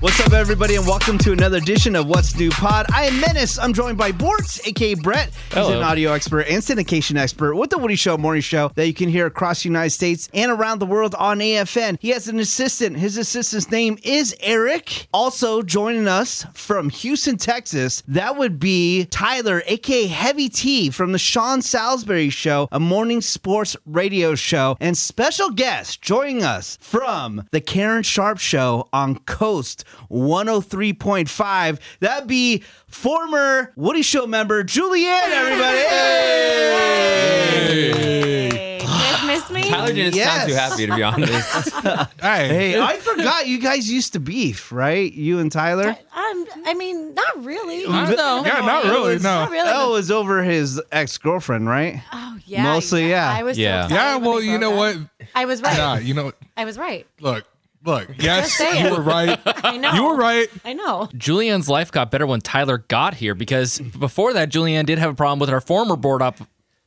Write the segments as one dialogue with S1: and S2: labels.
S1: What's up, everybody, and welcome to another edition of What's New Pod. I am Menace. I'm joined by Bortz, aka Brett. He's
S2: Hello.
S1: an audio expert and syndication expert with the Woody Show Morning Show that you can hear across the United States and around the world on AFN. He has an assistant. His assistant's name is Eric. Also joining us from Houston, Texas, that would be Tyler, aka Heavy T, from the Sean Salisbury Show, a morning sports radio show, and special guest joining us from the Karen Sharp Show on Coast 103.5. That'd be former Woody Show member Julianne, everybody.
S3: Hey, you guys miss me?
S2: Tyler didn't
S1: Yes.
S2: sound too happy, to be honest.
S1: Hey, I forgot you guys used to beef, right? You and Tyler?
S3: I'm, Um, I mean, not really.
S4: Yeah, not really. No. Oh,
S3: Not really.
S1: That was over his ex girlfriend, right?
S3: Oh, yeah.
S1: Mostly, yeah.
S3: I was so
S2: Yeah.
S3: excited
S4: Yeah,
S3: when
S4: well,
S3: they
S4: you know
S3: broke
S4: what?
S3: up. I was right.
S4: Nah, you know, what?
S3: I was right.
S4: look, look. Yes,
S3: saying.
S4: you were right.
S3: I know.
S4: You were right.
S3: I know.
S2: Julianne's life got better when Tyler got here because before that, Julianne did have a problem with her former board up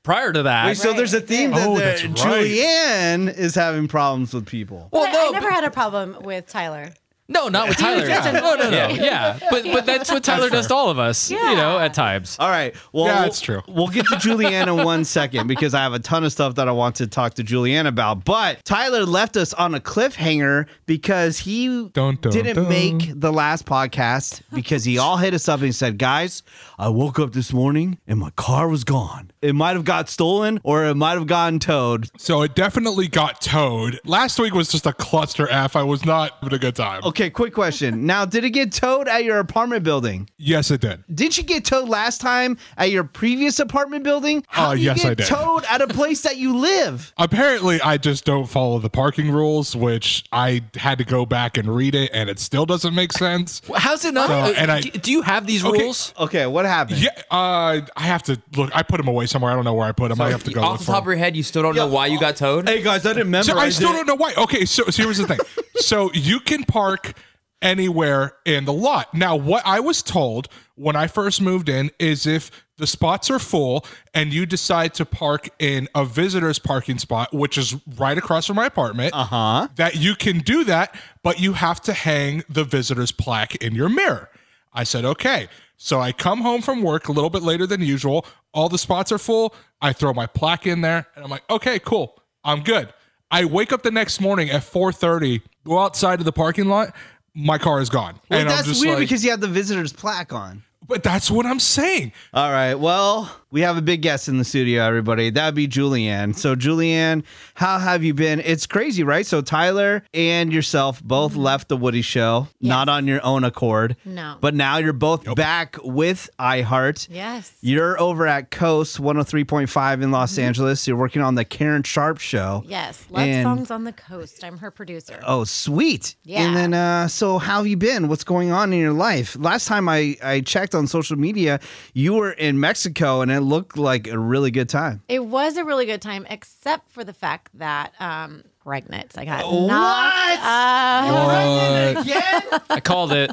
S2: prior to that.
S1: Wait, so there's a theme that,
S4: Oh,
S2: uh,
S1: that
S4: that's right.
S1: Julianne is having problems with people.
S2: well,
S3: But I never had a problem with Tyler.
S2: no, not with Tyler.
S3: just
S2: No, no, no.
S3: Yeah.
S2: Yeah. But but that's what Tyler does to all of us,
S3: Yeah.
S2: you know, at times.
S1: All right. Well,
S4: Yeah, it's true.
S1: We'll get to Julianne in one second because I have a ton of stuff that I want to talk to Julianne about. But Tyler left us on a cliffhanger because he
S4: Dun, dun,
S1: didn't
S4: dun.
S1: make the last podcast because he all hit us up and he said, Guys, I woke up this morning and my car was gone. It might have got stolen or it might have gotten towed.
S4: So it definitely got towed. Last week was just a cluster F. I was not having a good time.
S1: Okay, quick question. Now, did it get towed at your apartment building?
S4: Yes, it did.
S1: Did you get towed last time at your previous apartment building? How
S4: Uh,
S1: do you
S4: yes,
S1: get
S4: I did.
S1: towed at a place that you live?
S4: Apparently, I just don't follow the parking rules, which I had to go back and read it, and it still doesn't make sense.
S2: How's it not?
S4: Uh, and I-
S2: do you have these
S4: Okay.
S2: rules?
S1: Okay, what happened?
S4: Yeah, uh, I have to look. I put them away somewhere. I don't know where I put them. I have to go
S2: Off
S4: look
S2: the
S4: for
S2: top
S4: 'em.
S2: of your head, you still don't know why you got towed?
S1: Hey guys, I didn't memorize
S4: So I still
S1: it.
S4: don't know why. Okay, so, so here's the thing. so you can park anywhere in the lot. Now, what I was told when I first moved in is if the spots are full and you decide to park in a visitor's parking spot, which is right across from my apartment, uh-huh. that you can do that, but you have to hang the visitor's plaque in your mirror. I said, okay. So I come home from work a little bit later than usual. All the spots are full. I throw my plaque in there and I'm like, okay, cool. I'm good. I wake up the next morning at 4:30, go outside to the parking lot, my car is gone.
S1: Well,
S4: and
S1: that's weird
S4: like-
S1: because you have the visitor's plaque on.
S4: But that's what I'm saying.
S1: All right. Well, we have a big guest in the studio, everybody. That'd be Julianne. So, Julianne, how have you been? It's crazy, right? So, Tyler and yourself both left the Woody Show, not on your own accord.
S3: Mm-hmm. No.
S1: But now you're both back with iHeart.
S3: Yes.
S1: You're over at Coast 103.5 in Los Angeles. You're working on the Karen Sharp Show.
S3: Mm-hmm. Yes. Love
S1: And-
S3: songs on the coast. I'm her producer.
S1: Oh, sweet.
S3: Yeah.
S1: And then, uh, so how have you been? What's going on in your life? Last time I, I checked on social media, you were in Mexico and it looked like a really good time.
S3: It was a really good time, except for the fact that um pregnant. I got knocked up.
S2: I called it.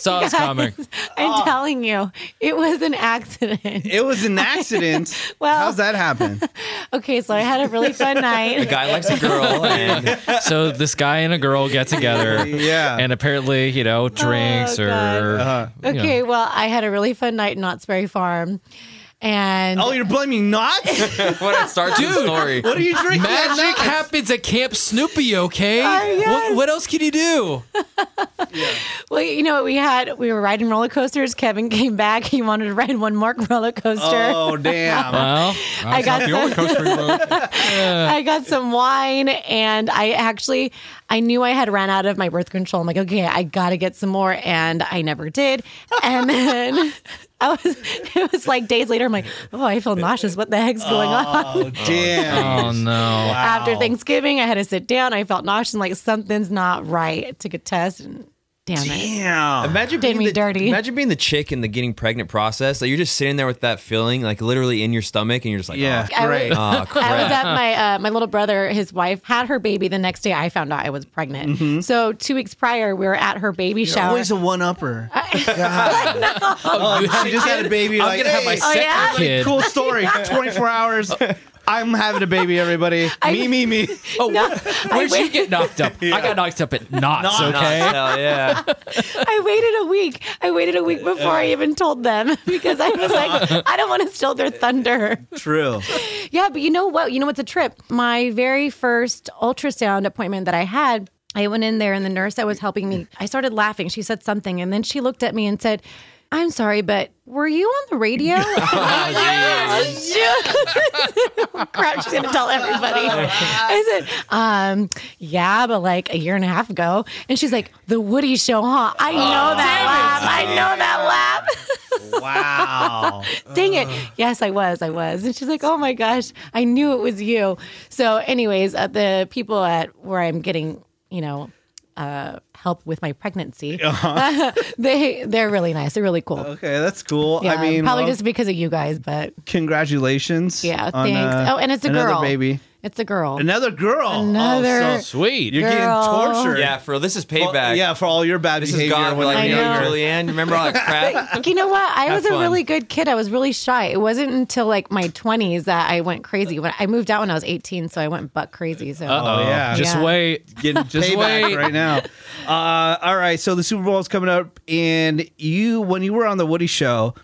S2: Saw it's coming.
S1: Oh.
S3: I'm telling you, it was an accident.
S1: It was an accident.
S3: Well-
S1: how's that happen?
S3: Okay, so I had a really fun night.
S2: A guy likes a girl, and so this guy and a girl get together.
S1: Yeah.
S2: And apparently, you
S5: Oh,
S2: know, drinks or
S4: Uh-huh.
S2: you know,
S3: Okay, well, I had a really fun night in Knott's Berry Farm. And
S1: oh, you're blaming not?
S5: when it starts the story.
S1: What are you drinking? at
S2: Magic
S1: Knott's?
S2: happens at Camp Snoopy, okay?
S3: yes.
S2: what, what else can you do?
S3: Well, you know, we had we were riding roller coasters. Kevin came back. He wanted to ride one more roller coaster.
S1: Oh damn!
S2: Well,
S4: I
S3: got
S4: the only coaster we rode.
S3: I got some wine and I actually I knew I had ran out of my birth control. I'm like, okay, I gotta get some more, and I never did. And then I was it was like days later, I'm like, oh, I feel nauseous. What the heck's going
S1: Oh,
S3: on?
S1: damn.
S2: oh no.
S3: After Thanksgiving, I had to sit down. I felt nauseous and like something's not right. I took a test and damn it.
S1: Damn.
S5: Imagine
S3: Did
S5: being
S3: me
S5: the,
S3: dirty.
S5: Imagine being the chick in the getting pregnant process. Like you're just sitting there with that feeling, like literally in your stomach, and you're just like,
S1: Yeah,
S5: oh,
S1: great.
S5: oh,
S3: I was
S5: crap.
S3: at my uh, my little brother. His wife had her baby the next day. I found out I was pregnant. So two weeks prior, we were at her baby shower.
S1: Mm-hmm. Always a one upper. She just had a baby.
S2: I'm
S1: like,
S2: gonna have my
S1: hey,
S2: second
S3: Oh, yeah?
S2: kid.
S1: cool story. 24 hours. I'm having a baby, everybody. me, me, me.
S2: Oh, where did you get knocked up? I got knocked up at knots. Okay.
S5: Hell yeah.
S3: I waited a week. I waited a week before I even told them because I was like, I don't want to steal their thunder.
S1: True.
S3: Yeah, but you know what? You know what's a trip? My very first ultrasound appointment that I had, I went in there and the nurse that was helping me, I started laughing. She said something and then she looked at me and said, I'm sorry, but were you on the radio? Crap, she's gonna tell everybody. I said, um, yeah, but like a year and a half ago. And she's like, the Woody show, huh? I know that laugh. I know that laugh.
S1: Wow.
S3: Dang it.
S1: Uh.
S3: Yes, I was. I was. And she's like, oh my gosh, I knew it was you. So, anyways, uh, the people at where I'm getting, you know, uh, help with my pregnancy, they, they're really nice. They're really cool.
S1: Okay, that's cool.
S3: Yeah,
S1: Uh-huh. Uh, I mean,
S3: probably
S1: well,
S3: just because of you guys, but
S1: congratulations.
S3: yeah,
S1: on,
S3: thanks.
S1: uh,
S3: oh, and it's a
S1: another
S3: girl.
S1: baby.
S3: It's a girl.
S1: Another girl.
S3: Another-
S1: Oh, so
S2: Sweet.
S1: you're
S3: Girl.
S1: getting tortured.
S5: Yeah, for this is
S1: Well,
S5: payback.
S1: yeah, for all your bad
S5: This is
S1: behavior.
S5: God. We're
S1: when
S5: like,
S1: you
S5: you
S1: were
S3: know.
S5: know,
S1: younger.
S5: Julianne, remember all that crap?
S3: you know what? I
S5: Have
S3: was a
S5: fun.
S3: really good kid. I was really shy. It wasn't until like my 20s that I went crazy. When I moved out when I was 18, so I went buck crazy. So
S2: Oh,
S1: yeah.
S2: Just
S3: Yeah.
S2: wait.
S1: Getting
S2: Just
S1: payback
S2: wait.
S1: right now. Uh, all right, so the Super Bowl is coming up, and you, when you were on the Woody Show,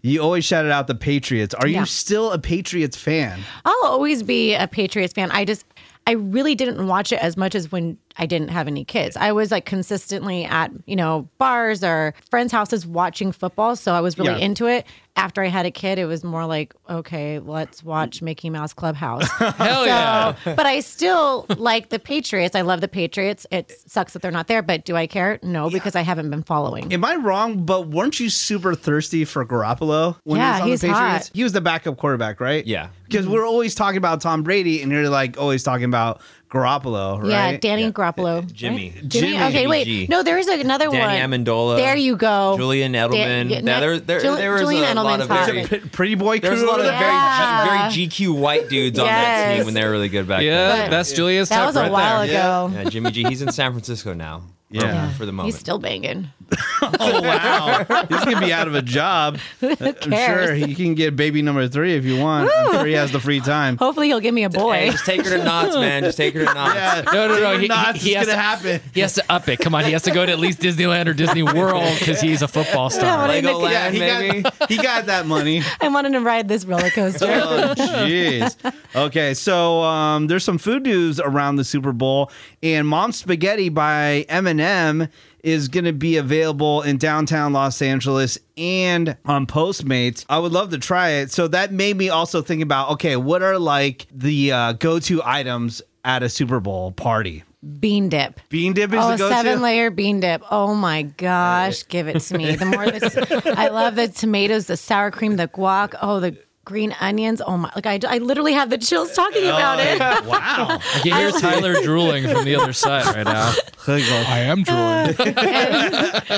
S1: you always shouted out the Patriots. Are
S3: Mm-hmm. Yeah.
S1: you still a Patriots fan?
S3: I'll always be a Patriots fan. I just I really didn't watch it as much as when I didn't have any kids. I was like consistently at, you know, bars or friends' houses watching football, so I was really
S1: Yeah.
S3: into it. After I had a kid, it was more like, okay, let's watch Mickey Mouse Clubhouse.
S2: Hell yeah.
S3: but I still like the Patriots. I love the Patriots. It sucks that they're not there, but do I care? No, because I haven't been following.
S1: Am I wrong? But weren't you super thirsty for Garoppolo when
S3: Yeah,
S1: he was
S3: he's
S1: on the Patriots?
S3: hot. Mm-hmm.
S1: He was the backup quarterback, right?
S5: Yeah.
S1: Because we're always talking about Tom Brady, and you're like always talking about Garoppolo, right?
S3: Yeah, Danny Garoppolo.
S5: Jimmy.
S3: right? Jimmy. Okay, wait.
S5: Jimmy G.
S3: No, there is another
S5: Danny
S3: one.
S5: Amendola.
S3: There you go.
S5: Julian Edelman.
S3: yeah,
S5: Now, there,
S3: next-
S5: there,
S3: Jul-
S5: there was
S3: Julian
S5: a lot
S3: Edelman's
S5: of
S3: hot.
S5: very,
S1: P- Pretty boy crew.
S5: there was a lot of
S1: over there.
S3: Yeah.
S5: very, G, very GQ white dudes on that
S3: Yes.
S5: team when they were really good back
S2: Yeah,
S5: then.
S2: that's Julia's
S3: That
S2: type
S3: was a
S2: right
S3: while
S2: there.
S3: ago.
S5: Yeah, Jimmy G. He's in San Francisco now.
S1: Yeah.
S5: Yeah, for the moment.
S3: He's still banging.
S1: Oh wow, he's gonna be out of a job. I'm sure
S3: cares?
S1: you can get baby number three if you want. I'm sure he has the free time.
S3: Hopefully, he'll give me a
S5: Hey,
S3: boy.
S5: just take her to knots, man. Just take her to knots.
S2: No, no, no. He,
S1: Nah,
S2: he-
S1: it's
S2: he
S1: just
S2: has
S1: gonna
S2: to,
S1: happen.
S2: he has to up it. Come on. He has to go to at least Disneyland or Disney World because he's a football star.
S3: I wanted, to,
S5: Legoland.
S1: Yeah, he
S5: maybe.
S1: got he got that money.
S3: I wanted to ride this roller coaster.
S1: Oh, jeez. Okay, so um, there's some food news around the Super Bowl, and Mom Spaghetti by Eminem is going to be available in downtown Los Angeles and on Postmates. I would love to try it. So that made me also think about okay, what are like the uh, go to items at a Super Bowl party?
S3: bean dip.
S1: Bean dip is
S3: Oh,
S1: the go to.
S3: seven layer bean dip. Oh my gosh, give it to me. The more the, I love the tomatoes, the sour cream, the guac. Oh, the green onions. Oh my! Like I, I literally have the chills talking about
S5: Oh,
S3: it.
S1: wow.
S2: I can hear Tyler drooling from the other side right now.
S4: I am drooling.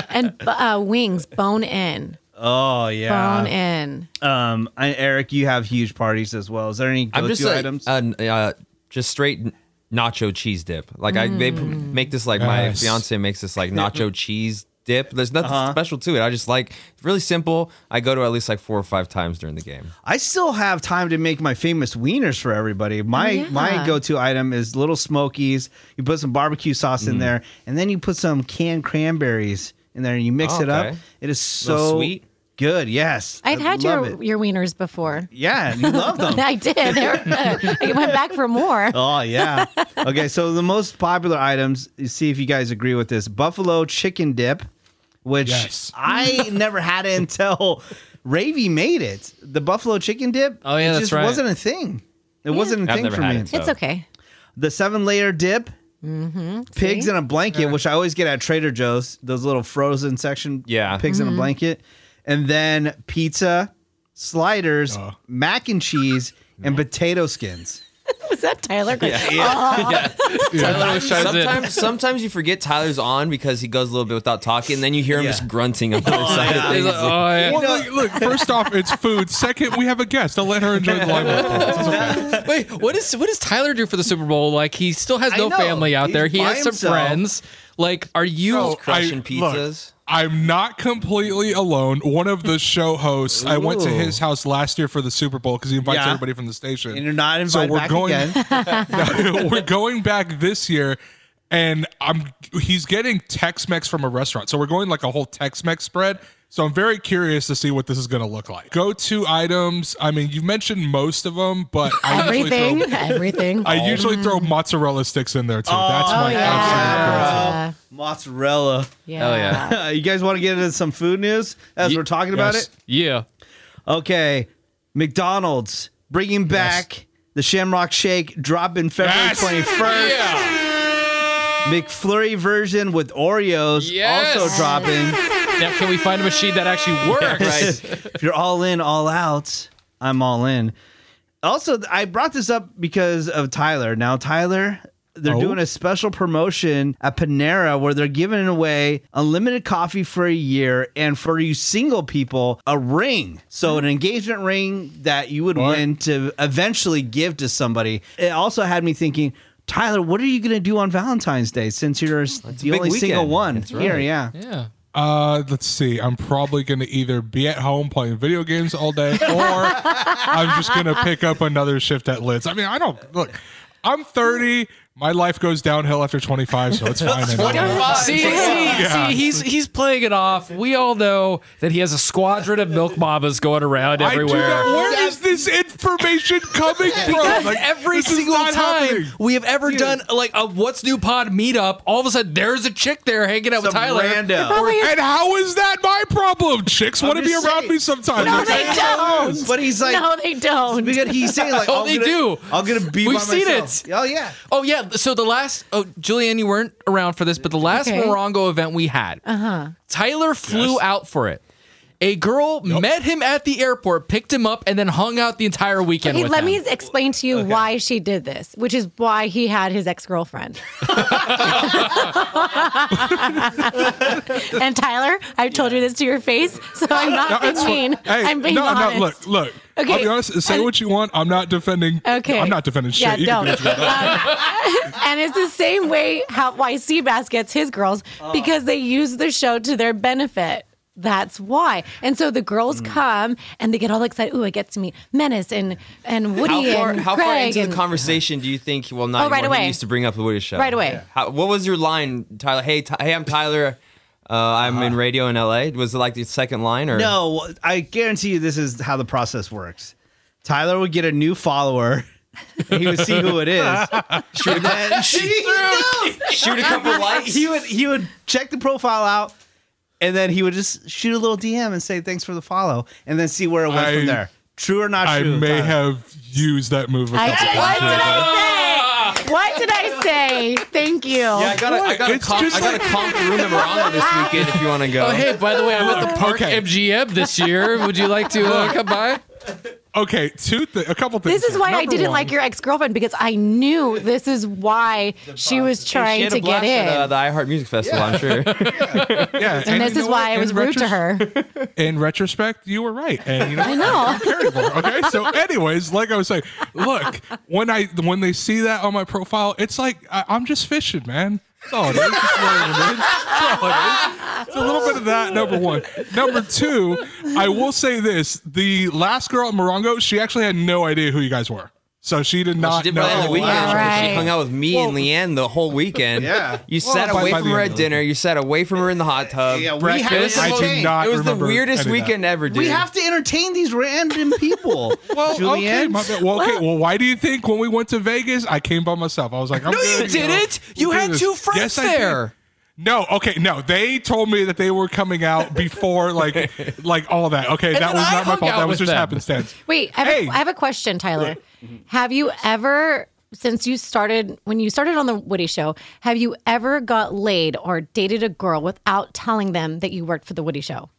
S3: and uh, wings, bone in,
S1: Oh yeah.
S3: bone in.
S1: Um, I, Eric, you have huge parties as well. Is there any
S5: I'm
S1: go
S5: just
S1: to
S5: like,
S1: items?
S5: uh, n- uh, just straight n- nacho cheese dip. Like I they p- make this like my
S4: Yes.
S5: fiance makes this like nacho cheese dip. There's nothing
S1: Uh-huh.
S5: special to it. I just like it's really simple. I go to at least like four or five times during the game.
S1: I still have time to make my famous wieners for everybody. My
S3: Oh, yeah.
S1: my go-to item is little smokies. You put some barbecue sauce
S5: Mm.
S1: in there, and then you put some canned cranberries in there, and you mix
S5: Oh,
S1: it up.
S5: okay.
S1: It is
S5: Little
S1: so
S5: sweet?
S1: Good. Yes.
S3: I've
S1: I
S3: had
S1: love
S3: your
S1: it.
S3: your wieners before.
S1: Yeah, and you love them.
S3: I did. They were good. I went back for more.
S1: Oh yeah. okay, so the most popular items. You see if you guys agree with this: buffalo chicken dip, which
S4: Yes.
S1: I never had it until Ravy made it. The buffalo chicken dip.
S2: Oh, yeah,
S1: it
S2: that's
S1: just
S2: right.
S1: Wasn't a thing. It wasn't a
S5: I've
S1: thing
S5: never
S1: for
S5: had
S1: me.
S5: it.
S3: It's
S5: So-
S3: okay.
S1: The seven layer dip. Pigs in a blanket, which I always get at Trader Joe's. Those little frozen section.
S5: Yeah.
S1: Pigs in a blanket, and then pizza, sliders,
S5: Oh.
S1: mac and cheese,
S5: Mm-hmm.
S1: and potato skins.
S3: Was that Tyler?
S2: Tyler always chimes in.
S5: Sometimes, sometimes you forget Tyler's on because he goes a little bit without talking, and then you hear him
S1: Yeah.
S5: just grunting on the other side of
S2: He's
S5: things.
S2: like, oh, yeah.
S4: Well, look, look, first off, it's food. Second, we have a guest. I'll let her enjoy the limelight.
S2: Wait, what is what does Tyler do for the Super Bowl? Like he still has
S1: I
S2: no
S1: know.
S2: family out
S1: He's
S2: there. He
S1: by
S2: has some
S1: himself.
S2: friends. Like, are you?
S4: No,
S5: crushing
S4: look,
S5: pizzas.
S4: I'm not completely alone. One of the show hosts, I went to his house last year for the Super Bowl because he invites
S1: Yeah.
S4: everybody from the station.
S1: And you're not invited back
S4: going,
S1: again.
S4: No, we're going back this year, and I'm he's getting Tex-Mex from a restaurant, so we're going like a whole Tex-Mex spread. So I'm very curious to see what this is going to look like. Go-to items. I mean, you mentioned most of them, but I usually throw-
S3: Everything. Everything.
S4: I usually throw
S1: Mm.
S4: mozzarella sticks in there too. That's
S1: Oh,
S4: my absolute go-to.
S3: Uh,
S1: Mozzarella.
S3: yeah.
S2: yeah.
S1: Uh, you guys want to get into some food news as
S2: Ye-
S1: we're talking about
S4: yes.
S1: it?
S2: yeah.
S1: Okay. McDonald's bringing back the Shamrock Shake dropping February
S4: Yes.
S1: 21st. McFlurry version with Oreos
S2: Yes.
S1: also dropping.
S2: Now, can we find a machine that actually works?
S1: if you're all in, all out, I'm all in. Also, th- I brought this up because of Tyler. Now, Tyler, they're
S4: Oh.
S1: doing a special promotion at Panera where they're giving away unlimited coffee for a year and for you single people, a ring. So, an engagement ring that you would win to eventually give to somebody. It also had me thinking, Tyler, what are you going to do on Valentine's Day since you're s- the
S5: big
S1: only single
S5: weekend.
S1: one
S5: That's
S1: here?
S5: right.
S1: Yeah.
S2: Yeah.
S4: Uh, let's see. I'm probably going to either be at home playing video games all day, or I'm just going to pick up another shift at Lids. I mean, I don't look. I'm 30. My life goes downhill after 25, so it's fine. anyway.
S2: See, see, see, he's he's playing it off. We all know that he has a squadron of milk mamas going
S4: I
S2: around
S4: do not,
S2: everywhere.
S4: where is this information coming from? Like,
S2: every
S4: this is
S2: single
S4: not
S2: time
S4: happening.
S2: we have ever done like a what's new pod meetup, all of a sudden there's a chick there hanging out with
S1: Some
S2: Tyler.
S1: rando.
S4: And how is that my problem? Chicks want to be
S1: just
S4: around
S1: saying.
S4: me sometimes.
S3: No,
S4: Like,
S3: they
S4: I-
S3: don't.
S1: But he's like,
S3: no, they don't.
S1: because he's saying like,
S2: Oh,
S1: I'm
S2: they
S1: gonna-
S2: do.
S1: I'm gonna be.
S2: We've
S1: by
S2: seen
S1: myself.
S2: it.
S1: Oh yeah.
S2: Oh yeah. So the last oh Julianne, you weren't around for this, but the last
S3: Okay.
S2: Morongo event we had, uh-huh. Tyler flew out for it. A girl met him at the airport, picked him up, and then hung out the entire weekend.
S3: Okay,
S2: with
S3: let
S2: him.
S3: me explain to you why she did this, which is why he had his ex girlfriend. and Tyler, I've told you this to your face, so I'm not
S4: No, it's
S3: being
S4: fine.
S3: mean.
S4: Hey,
S3: I'm being
S4: no,
S3: honest.
S4: no, look, look.
S3: Okay.
S4: I'll be honest. Say
S3: And-
S4: what you want. I'm not defending.
S3: Okay.
S4: I'm not defending shit.
S3: Yeah,
S4: You can
S3: don't.
S4: do what you want.
S3: Um, and it's the same way how why Seabass gets his girls
S4: Oh.
S3: because they use the show to their benefit. That's why. And so the girls
S4: Mm.
S3: come and they get all excited. Ooh, I get to meet Menace and and
S5: How
S3: Woody
S5: far,
S3: and
S5: how
S3: Greg
S5: far into
S3: and-
S5: the conversation do you think? Well, not
S3: Oh, right
S5: anymore,
S3: away.
S5: He used to bring up the Woody show
S3: Right away. Yeah.
S5: How, what was your line, Tyler? Hey, Ty- hey, I'm Tyler. Uh, I'm in radio in LA. Was it like the second line or
S1: No, I guarantee you this is how the process works. Tyler would get a new follower. and He would see who it is. Shoot then she,
S5: Shoot a couple likes.
S1: he would he would check the profile out, and then he would just shoot a little DM and say thanks for the follow, and then see where it went
S4: I-
S1: from there. True or not
S4: I
S1: true?
S4: may
S1: Tyler?
S4: have used that move a
S3: I,
S4: couple times.
S3: what did I say? What did I say? Thank you.
S5: Yeah, I got a, I got a
S4: It's
S5: comp,
S4: just
S5: I got
S4: like-
S5: a comp the room in Morocco this weekend if you want to go.
S2: Oh hey, by the way, I'm at the Park
S4: okay.
S2: MGM this year. Would you like to uh, come by?
S4: Okay, two thi- a couple things.
S3: This is why I
S4: Number
S3: didn't
S4: one,
S3: like your ex girlfriend because I knew this is why she was
S5: she
S3: trying
S5: had a
S3: to get
S5: blast
S3: in.
S5: at uh, the iHeart Music Festival. I'm sure.
S4: Yeah,
S3: and
S4: you
S3: this is
S4: know what?
S3: why I
S4: In
S3: was rude to
S4: retros-
S3: her.
S4: In retrospect, you were right, and you know, I
S3: know.
S4: okay, so anyways, like I was saying, look, when I when they see that on my profile, it's like I, I'm just fishing, man. That's all it is. That's all it is. That's all it is. It's a little bit of that. Number one. Number two, I will say this: the last girl at Morongo, she actually had no idea who you guys were. So she did
S5: Well,
S4: not
S5: she did
S4: know.
S5: play on the weekend.
S3: wow.
S5: but
S3: Right.
S5: She hung out with me and Leanne the whole weekend.
S1: Yeah.
S5: You
S4: Well,
S5: sat
S4: by-
S5: away
S4: by
S5: from
S4: the
S5: her
S4: end
S5: at
S4: of it.
S5: dinner. You sat away from her in the hot tub.
S1: Yeah, we have
S5: Breakfast.
S1: to
S4: I do
S1: entertain.
S4: not
S5: It was the
S4: remember any
S5: weirdest
S4: of that.
S5: weekend ever, dude.
S1: We have to entertain these random people.
S4: Well, Oh, okay,
S1: Julianne.
S4: my bad. well, okay. Well, why do you think when we went to Vegas, I came by myself? I was like, I'm
S2: No, you
S4: good, know,
S2: didn't. You
S4: we'll do
S2: had
S4: this.
S2: two friends
S4: Yes, I did.
S2: there.
S4: No, okay, no. They told me that they were coming out before, like, like all that. Okay,
S2: And
S4: that
S2: then
S4: was
S2: I
S4: not my
S2: hung
S4: fault.
S2: out
S4: That was just
S2: with them.
S4: happenstance.
S3: Wait, I have,
S4: Hey.
S3: a, I have a question, Tyler. Have you ever, since you started, when you started on the Woody Show, have you ever got laid or dated a girl without telling them that you worked for the Woody Show?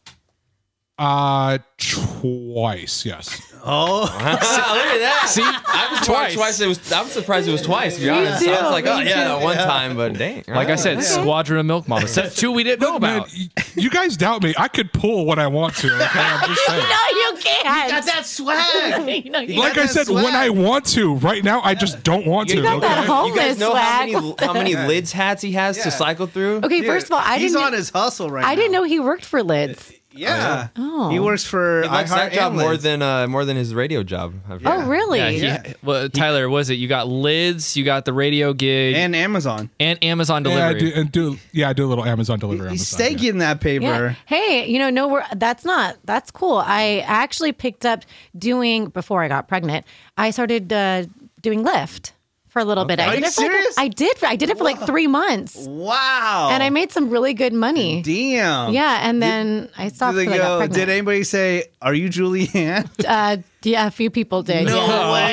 S4: Uh, twice. Yes.
S5: Wow, look at that.
S2: See, I was
S5: twice.
S2: twice.
S5: twice. It was. I'm surprised it was twice. To be honest, I was like, oh yeah, that one time, but dang.
S2: Like I said, Squadron of Milk Models. That's two we didn't know
S4: Man,
S2: about.
S4: y- you guys doubt me. I could pull when I want to. Okay, I'm just saying.
S3: No, you can't.
S1: Got that swag.
S3: You know, you
S4: Like
S1: got
S4: I
S1: that
S4: said, when
S1: swag.
S4: I want to. Right now, I just don't want to.
S3: got that
S4: Okay.
S5: you guys
S3: homeless
S5: know how
S3: swag.
S5: many, how many lids hats he has
S1: Yeah.
S5: to cycle through?
S3: okay, first of all, I
S1: he's
S3: didn't.
S1: on his hustle right now.
S3: I didn't Oh. know he worked for
S1: Uh,
S3: Lids.
S1: Yeah. He works for
S5: He likes
S1: iHeart
S5: that job
S1: and
S5: more
S1: Lids.
S5: than uh, more than his radio job. I've heard.
S3: Oh, really?
S2: Yeah, he- well, Tyler, what is it? You got lids, you got the radio gig, and,
S1: and Amazon.
S2: Amazon
S4: Yeah, I
S2: delivery.
S4: do, and do yeah, I do a little Amazon delivery. on the
S1: He's
S4: side, yeah.
S1: staking that
S3: Yeah.
S1: paper.
S3: Hey, you know, no, we're, that's not, that's cool. I actually picked up doing, before I got pregnant, I started uh, doing Lyft for a little bit. I
S1: Are
S3: did
S1: you
S3: it for like a-
S1: serious?
S3: I did. I did it for like three months
S1: Wow.
S3: and I made some really good money.
S1: Damn.
S3: Yeah. And then I
S1: Did,
S3: stopped.
S1: they
S3: when I got
S1: go,
S3: pregnant.
S1: did anybody say, Are you Julianne?
S3: Uh, yeah, a few people did.
S1: No
S3: yeah.
S1: way.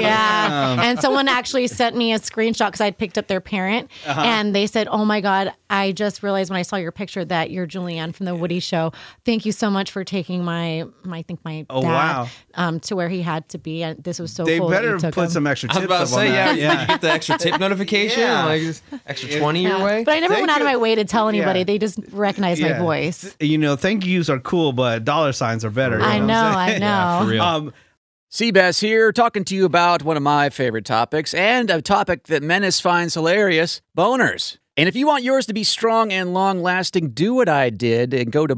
S3: yeah. And someone actually sent me a screenshot because I'd picked up their parent,
S1: Uh-huh.
S3: and they said, "Oh my God, I just realized when I saw your picture that you're Julianne from the Woody Show. Thank you so much for taking my, my I think my
S1: Oh,
S3: dad
S1: wow.
S3: um, to where he had to be. And this was so
S1: They
S3: cool. that
S1: better
S3: you took
S1: put
S3: him.
S1: some extra
S5: I
S1: tips
S5: was about to
S1: up on
S5: say, yeah,
S1: that.
S5: you get the extra tip notification,
S1: Yeah.
S5: like just extra twenty your way.
S3: But I never
S1: They
S3: went out of
S1: could-
S3: my way to tell anybody.
S1: yeah.
S3: They just recognized my
S1: Yeah.
S3: voice.
S1: You know, thank yous are cool, but dollar signs are better. you what
S3: I
S1: I'm
S3: know.
S1: saying?
S3: I know.
S2: real.
S1: Um,
S6: Seabass here, talking to you about one of my favorite topics and a topic that Menace finds hilarious boners. And if you want yours to be strong and long lasting, do what I did and go to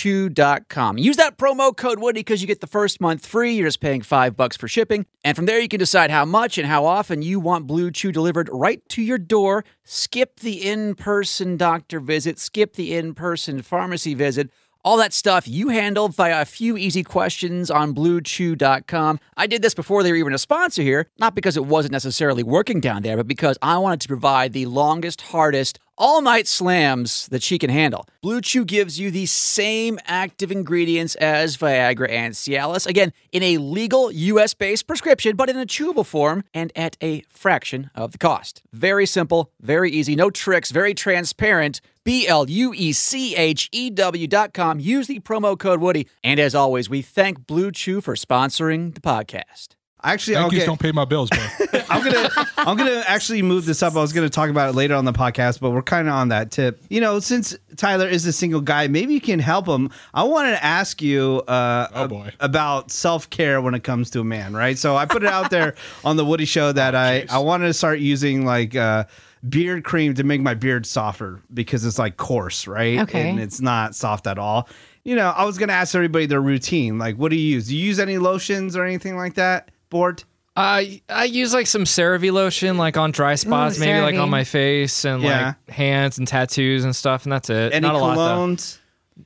S6: bluechew.com. Use that promo code Woody because you get the first month free. You're just paying five bucks for shipping. And from there, you can decide how much and how often you want Blue Chew delivered right to your door. Skip the in person doctor visit, skip the in person pharmacy visit. All that stuff you handle via a few easy questions on bluechew.com. I did this before they were even a sponsor here, not because it wasn't necessarily working down there, but because I wanted to provide the longest, hardest, all night slams that she can handle. Blue Chew gives you the same active ingredients as Viagra and Cialis, again, in a legal US based prescription, but in a chewable form and at a fraction of the cost. Very simple, very easy, no tricks, very transparent. B L U E C H E W dot com. Use the promo code Woody. And as always, we thank Blue Chew for sponsoring the podcast.
S1: actually,
S4: Yankees
S1: okay.
S4: don't pay my bills, bro.
S1: I'm gonna I'm gonna actually move this up. I was gonna talk about it later on the podcast, but we're kind of on that tip. You know, since Tyler is a single guy, maybe you can help him. I wanted to ask you uh,
S4: Oh,
S1: ab-
S4: boy.
S1: about self care when it comes to a man, right? So I put it out there on the Woody Show that I I wanted to start using like. Uh, Beard cream to make my beard softer because it's like coarse, right?
S3: Okay.
S1: And it's not soft at all. You know, I was gonna ask everybody their routine. Like, what do you use? Do you use any lotions or anything like that? Board?
S2: I I use like some CeraVe lotion, like on dry spots, maybe like
S3: CeraVe.
S2: on my face and
S1: Yeah.
S2: like hands and tattoos and stuff, and that's it.
S1: Any
S2: Not a lot though.
S1: colognes?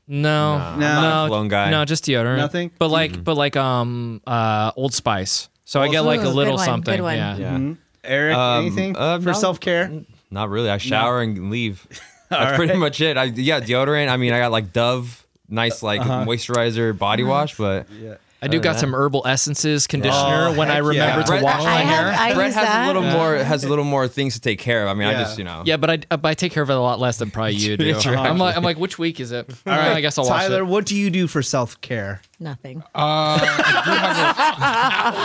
S2: No, no,
S1: I'm not
S5: a cologne guy.
S2: No, just deodorant.
S1: Nothing?
S2: But like, but like, um, uh, Old Spice. So I get like
S3: Spice.
S2: a little
S3: Good one,
S2: something.
S3: good one.
S2: Yeah.
S5: Yeah.
S1: Mm-hmm. Eric,
S5: Um,
S1: anything
S5: uh,
S1: for
S5: no.
S1: self care?
S5: Not really. I shower and leave. That's pretty much it. I, yeah, deodorant. I mean, I got like Dove, nice like
S1: Uh-huh.
S5: moisturizer, body wash, but yeah.
S2: I do got some herbal essences, conditioner when I remember
S5: Brett-
S2: to wash
S5: I
S2: my
S3: have-
S2: hair.
S3: I
S5: Brett
S3: use
S5: has
S3: that.
S5: a little more has a little more things to take care of. I mean, I
S1: Yeah.
S5: just you know.
S2: yeah, but I, uh, but I take care of it a lot less than probably you do. I'm like, I'm like, which week is it? All right, I guess I'll watch
S1: Tyler,
S2: it.
S1: what do you do for self care?
S3: Nothing. Uh,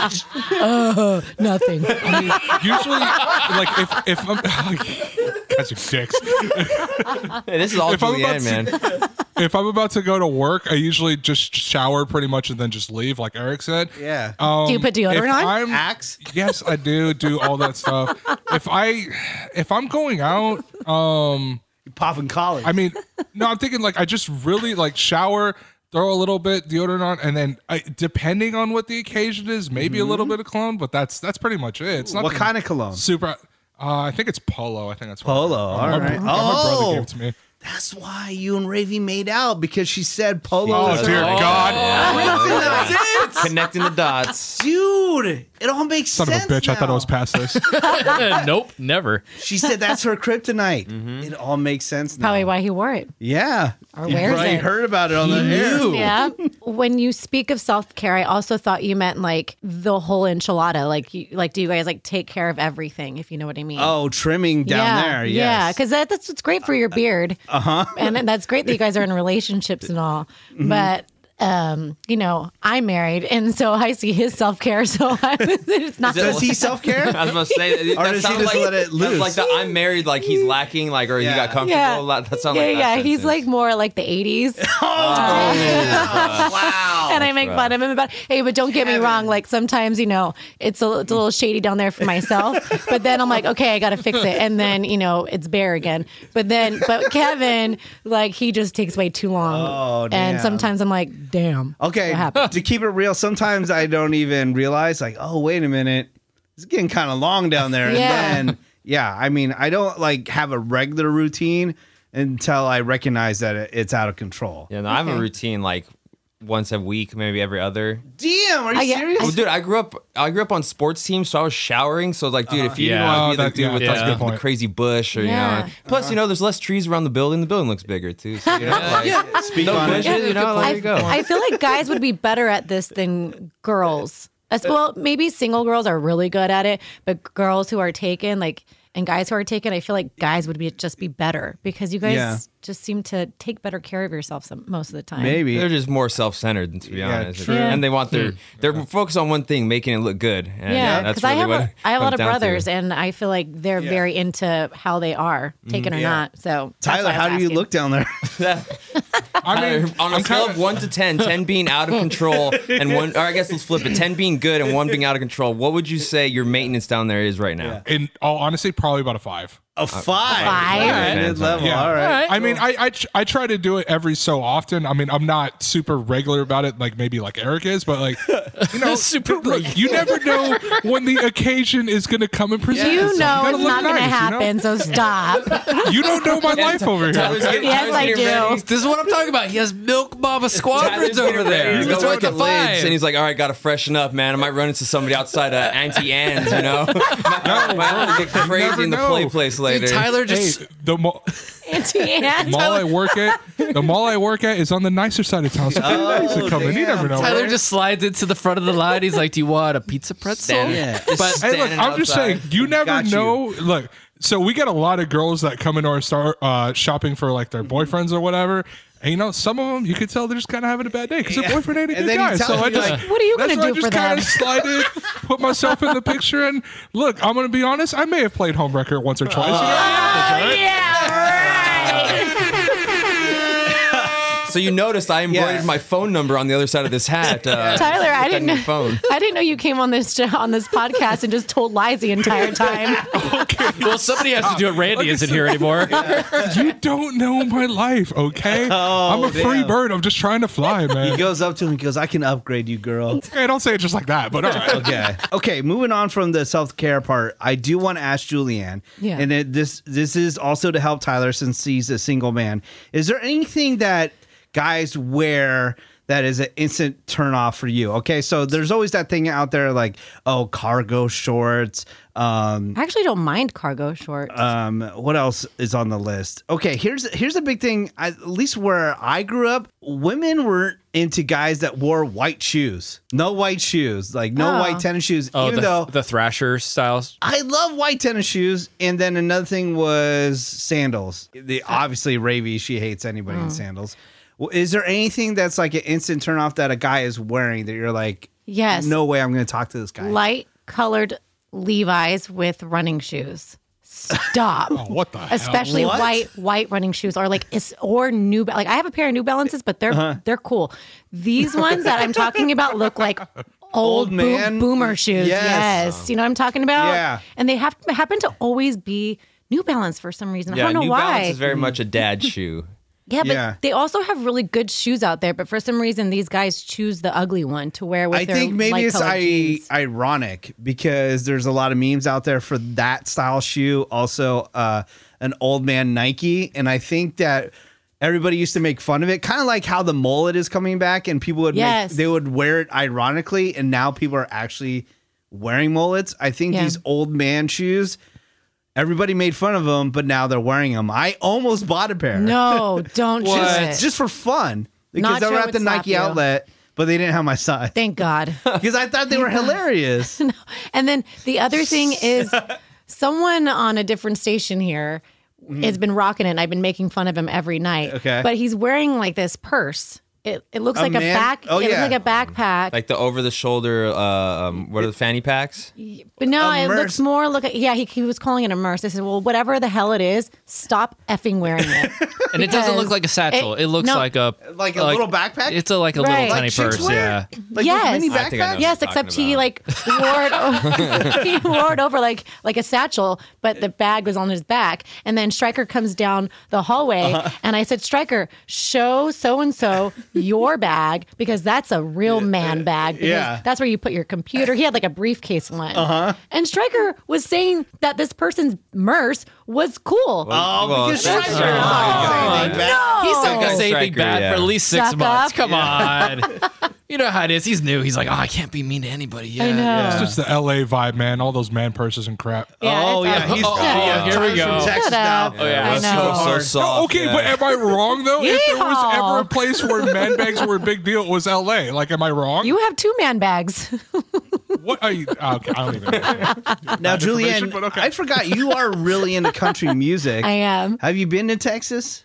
S4: Usually, like if if I'm, guys are dicks.
S5: Hey, this is all
S4: If I'm about
S5: Julianne, man.
S4: If I'm about to go to work, I usually just shower pretty much and then just leave, like Eric said.
S1: Yeah.
S4: Um,
S3: Do you put
S4: if
S3: deodorant on?
S4: I'm-
S1: Axe?
S4: Yes, I do do all that stuff. If I if I'm going out, um,
S1: You popping collars.
S4: I mean, no, I'm thinking like I just really like shower, throw a little bit deodorant on, and then I, depending on what the occasion is, maybe a little bit of cologne. But that's that's pretty much it. It's not
S1: Mm-hmm. What kind of cologne?
S4: super. Uh, I think it's polo. I think that's what-
S1: Polo,
S4: My- my,
S1: all right.
S4: my brother gave
S1: Oh.
S4: it to me.
S1: That's why you and Ravy made out because she said polo.
S4: Oh
S1: is
S4: dear
S1: her-
S4: God!
S1: That's it.
S5: Connecting the dots.
S1: Dude, it all makes
S4: Son of a
S1: sense.
S4: bitch! I thought I
S1: now.
S4: was past this.
S2: nope, never.
S1: She said that's her kryptonite. It all makes sense now.
S3: Probably why he wore it.
S1: Yeah.
S3: Or
S1: you
S3: wears
S1: probably
S3: it.
S1: heard about it on the air.
S3: Yeah. when you speak of self care, I also thought you meant like the whole enchilada. Like, you, like, do you guys like take care of everything? If you know what I mean.
S1: Oh, trimming down there. Yes. uh-huh.
S3: Yeah, because that, that's what's great for your beard. Uh huh. And then that's great that you guys are in relationships and all.
S1: Mm-hmm.
S3: But, um, you know, I'm married, and so I see his self care. So I, it's not.
S1: Does he self care?
S5: I was about to say,
S1: Or
S5: that
S1: does he
S5: sounds
S1: just
S5: like,
S1: let it
S5: that's
S1: loose?
S5: like the I'm married, like he's lacking, like or
S1: Yeah.
S5: you got comfortable.
S3: Yeah.
S5: Like, that sounds
S3: yeah,
S5: like Oh that
S3: yeah. He's
S5: sentence.
S3: like more like the 80s.
S1: Oh, wow.
S3: and I make fun of him about. Hey, but don't get me wrong. Like sometimes, you know, it's a, it's a little shady down there for myself. but then I'm like, okay, I got to fix it. And then you know, it's bare again. But then, but Kevin, like he just takes way too long.
S1: Oh, damn.
S3: And sometimes I'm like, damn.
S1: Okay,
S3: what happened?
S1: to keep it real, sometimes I don't even realize, like, oh, wait a minute, it's getting kind of long down there.
S3: Yeah.
S1: And then, yeah, I mean, I don't like have a regular routine until I recognize that it- it's out of control.
S5: Yeah, no, I have a routine like once a week, maybe every other.
S1: Damn, are you
S3: I get-
S1: serious?
S5: Well, dude, I grew up. I grew up on sports teams, so I was showering. So like, dude, if you
S2: Yeah.
S5: didn't want
S4: Oh,
S5: to be
S4: that-
S5: the dude
S4: yeah,
S5: with
S2: that's a
S5: like
S2: good
S5: the- the,
S4: point.
S5: crazy bush, or
S3: Yeah.
S5: you know. and- plus, you know, there's less trees around the building. The building looks bigger too. So, you know, like,
S1: Speak
S5: no
S1: on it.
S5: bushes. you know, like, there you go.
S3: I, I feel like guys would be better at this than girls. As, well, maybe single girls are really good at it, but girls who are taken, like, and guys who are taken, I feel like guys would be just be better because you guys
S1: Yeah.
S3: just seem to take better care of yourself some, most of the time.
S1: Maybe.
S5: They're just more self-centered, to be
S1: Yeah,
S5: honest.
S1: true.
S5: And they want their they're focused on one thing, making it look good. And
S3: Yeah,
S5: that's
S3: because I
S5: really
S3: have
S5: what
S3: a,
S5: it
S3: I have a lot
S5: comes
S3: of
S5: down to.
S3: brothers, and I feel like they're very into how they are taken or not. So that's
S1: Tyler,
S3: why I was
S1: how do you
S3: asking.
S1: look down there?
S4: I mean,
S5: on a
S4: I'm
S5: scale
S4: kinda-
S5: of one to 10, 10 being out of control, and one, or I guess let's flip it, ten being good and one being out of control. What would you say your maintenance down there is right now?
S4: in all honesty, probably about a five.
S1: a five.
S3: five.
S1: All right, mid level.
S4: Yeah.
S1: All right.
S4: I mean, I, I tr- I try to do it every so often. I mean, I'm not super regular about it, like maybe like Eric is, but like you know,
S2: Super
S4: look, you never know when the occasion is going to come and present.
S3: You
S4: itself.
S3: know
S4: gotta
S3: it's
S4: look
S3: not going to
S4: nice, you know?
S3: happen, so stop.
S4: You, don't know my life over here.
S3: yes, I do.
S2: This is what I'm talking about. He has Milk Mama Squadrons over there.
S5: He's going
S2: That's
S5: to
S2: worth
S5: work
S2: the
S5: at Lids,
S2: five.
S5: and he's like, all right, got to freshen up, man. I might run into somebody outside of Auntie Anne's, you know? might have to get
S4: never
S5: crazy in the
S4: know.
S5: play place later.
S2: Dude, Tyler just
S4: Hey, the mall,
S3: Auntie Anne.
S4: mall I work at, the mall I work at is on the nicer side of town. So oh, nice to come in. You
S1: damn.
S4: never know.
S2: Tyler just slides into the front of the line. He's like, "Do you want a pizza pretzel?"
S5: Stand-
S1: Yeah.
S2: But
S4: Hey, look, I'm
S5: standing
S4: just
S5: outside.
S4: saying, you never
S1: got you.
S4: know. Look, so we get a lot of girls that come into our star uh, shopping for like their boyfriends or whatever. And you know, some of them you could tell they're just kind of having a bad day because their boyfriend ain't a
S1: And
S4: good
S1: then
S4: guy.
S1: you tell
S4: So
S1: them,
S4: I
S1: you're
S4: just,
S1: like,
S3: What are you
S4: that's
S3: gonna
S4: why I
S3: do
S4: just
S3: for
S4: kinda
S3: them?
S4: Slided, put myself in the picture, and look, I'm gonna be honest. I may have played homewrecker once or twice. you know?
S1: Uh.
S5: So you noticed I embroidered
S1: Yeah.
S5: my phone number on the other side of this hat. Uh,
S3: Tyler, I didn't
S5: your
S3: know.
S5: phone.
S3: I didn't know you came on this on this podcast and just told lies the entire time.
S2: well, somebody has to do it. Randy isn't here anymore.
S4: you don't know my life, okay? I'm a free
S1: Oh, damn.
S4: bird. I'm just trying to fly,
S1: He
S4: man.
S1: goes up to him and goes, I can upgrade you, girl.
S4: Hey, don't say it just like that, but all right.
S1: okay. Okay. Moving on from the self care part, I do want to ask Julianne.
S3: Yeah.
S1: And it, this this is also to help Tyler since he's a single man. Is there anything that guys wear? That is an instant turn off for you. Okay, so there's always that thing out there like, oh, cargo shorts. Um,
S3: I actually don't mind cargo shorts.
S1: um, what else is on the list? Okay, here's here's a big thing. I, at least where I grew up, women weren't into guys that wore white shoes. No white shoes, like no white tennis shoes.
S2: Oh,
S1: even
S2: the,
S1: though
S2: the Thrasher styles.
S1: I love white tennis shoes. And then another thing was sandals. The, obviously, Ravi, she hates anybody in sandals. Well, is there anything that's like an instant turnoff that a guy is wearing that you're like,
S3: Yes.
S1: no way I'm going to talk to this guy?
S3: Light colored Levi's with running shoes. Stop.
S4: What the hell?
S3: especially
S1: What?
S3: white white running shoes or like is or new Ba- like I have a pair of New Balances, but they're they're cool. These ones that I'm talking about look like old, boom-
S1: man.
S3: boomer shoes.
S1: Yes.
S3: Yes. you know what I'm talking about.
S1: Yeah.
S3: and they have happen to always be New Balance for some reason. I
S5: Yeah,
S3: don't know
S5: New
S3: why.
S5: Balance is very much a dad shoe.
S3: Yeah, but
S1: Yeah.
S3: they also have really good shoes out there. But for some reason, these guys choose the ugly one to wear with
S1: I
S3: their
S1: think maybe it's
S3: light-colored
S1: I,
S3: jeans.
S1: ironic because there's a lot of memes out there for that style shoe. Also, uh, an old man Nike, and I think that everybody used to make fun of it, kind of like how the mullet is coming back, and people would
S3: Yes.
S1: make, they would wear it ironically, and now people are actually wearing mullets. I think
S3: Yeah.
S1: these old man shoes. Everybody made fun of them, but now they're wearing them. I almost bought a pair.
S3: No, don't do it.
S1: just, just for fun because they
S3: Nacho
S1: were at
S3: would
S1: the
S3: slap
S1: Nike
S3: you.
S1: outlet, but they didn't have my size
S3: Thank God.
S1: because I thought they were hilarious.
S3: And then the other thing is someone on a different station here has been rocking it. And I've been making fun of him every night.
S1: Mm-hmm. Okay.
S3: But he's wearing like this purse. It, it looks
S1: A
S3: like
S1: man-
S3: a back
S1: oh,
S3: it looks
S1: yeah.
S3: like a backpack.
S5: Like the over the shoulder, uh, um, what are the fanny packs?
S3: but no, it
S1: merce.
S3: looks more look yeah, he, he was calling it a merce. I said, Well, whatever the hell it is, stop effing wearing it.
S2: and it doesn't
S3: because
S2: look like a satchel. It,
S3: it-
S2: looks
S3: no.
S2: like a
S1: Like a little backpack?
S2: It's a, like a
S3: Right.
S2: little
S3: Like
S2: tiny
S1: chicks
S2: purse.
S1: wear?
S2: Yeah,
S1: Like
S3: Yes.
S1: those mini
S5: I think I
S1: backpacks.
S5: know.
S3: Yes,
S5: talking
S3: except he
S5: about.
S3: like wore it over, he wore it over like like a satchel, but the bag was on his back. And then Stryker comes down the hallway, and I said, "Stryker, show so and so your bag because that's a real man bag. Because
S1: Yeah.
S3: that's where you put your computer." He had like a briefcase one, uh-huh. and Stryker was saying that this person's merce was cool.
S1: Oh,
S5: Well,
S1: because
S5: that's-
S1: Stryker
S5: oh,
S1: might say
S5: come
S1: they back-
S2: he's not
S5: Oh.
S2: gonna say big
S5: Striker,
S2: bad
S5: yeah.
S2: for at least six
S3: Suck
S2: months.
S3: up.
S2: Come on, you know how it is. He's new. He's like, oh, I can't be mean to anybody yet.
S3: I know.
S4: It's just the LA vibe, man. All those man purses and crap.
S1: Oh
S3: it's
S1: yeah,
S3: awful.
S1: he's
S2: Oh, yeah, here we
S1: Tyler's
S2: go.
S1: From Texas
S3: Shut up.
S1: now.
S3: Oh, yeah. I
S5: That's
S3: know.
S5: So, so soft.
S4: okay,
S5: yeah.
S4: but am I wrong though? if there was
S3: Yeehaw.
S4: ever a place where man bags were a big deal, it was LA. Like, am I wrong?
S3: You have two man bags.
S4: what are you? oh, okay, I don't even. Know.
S1: Now,
S4: information,
S1: Julianne,
S4: but okay.
S1: I forgot you are really into country music.
S3: I am.
S1: Have you been to Texas?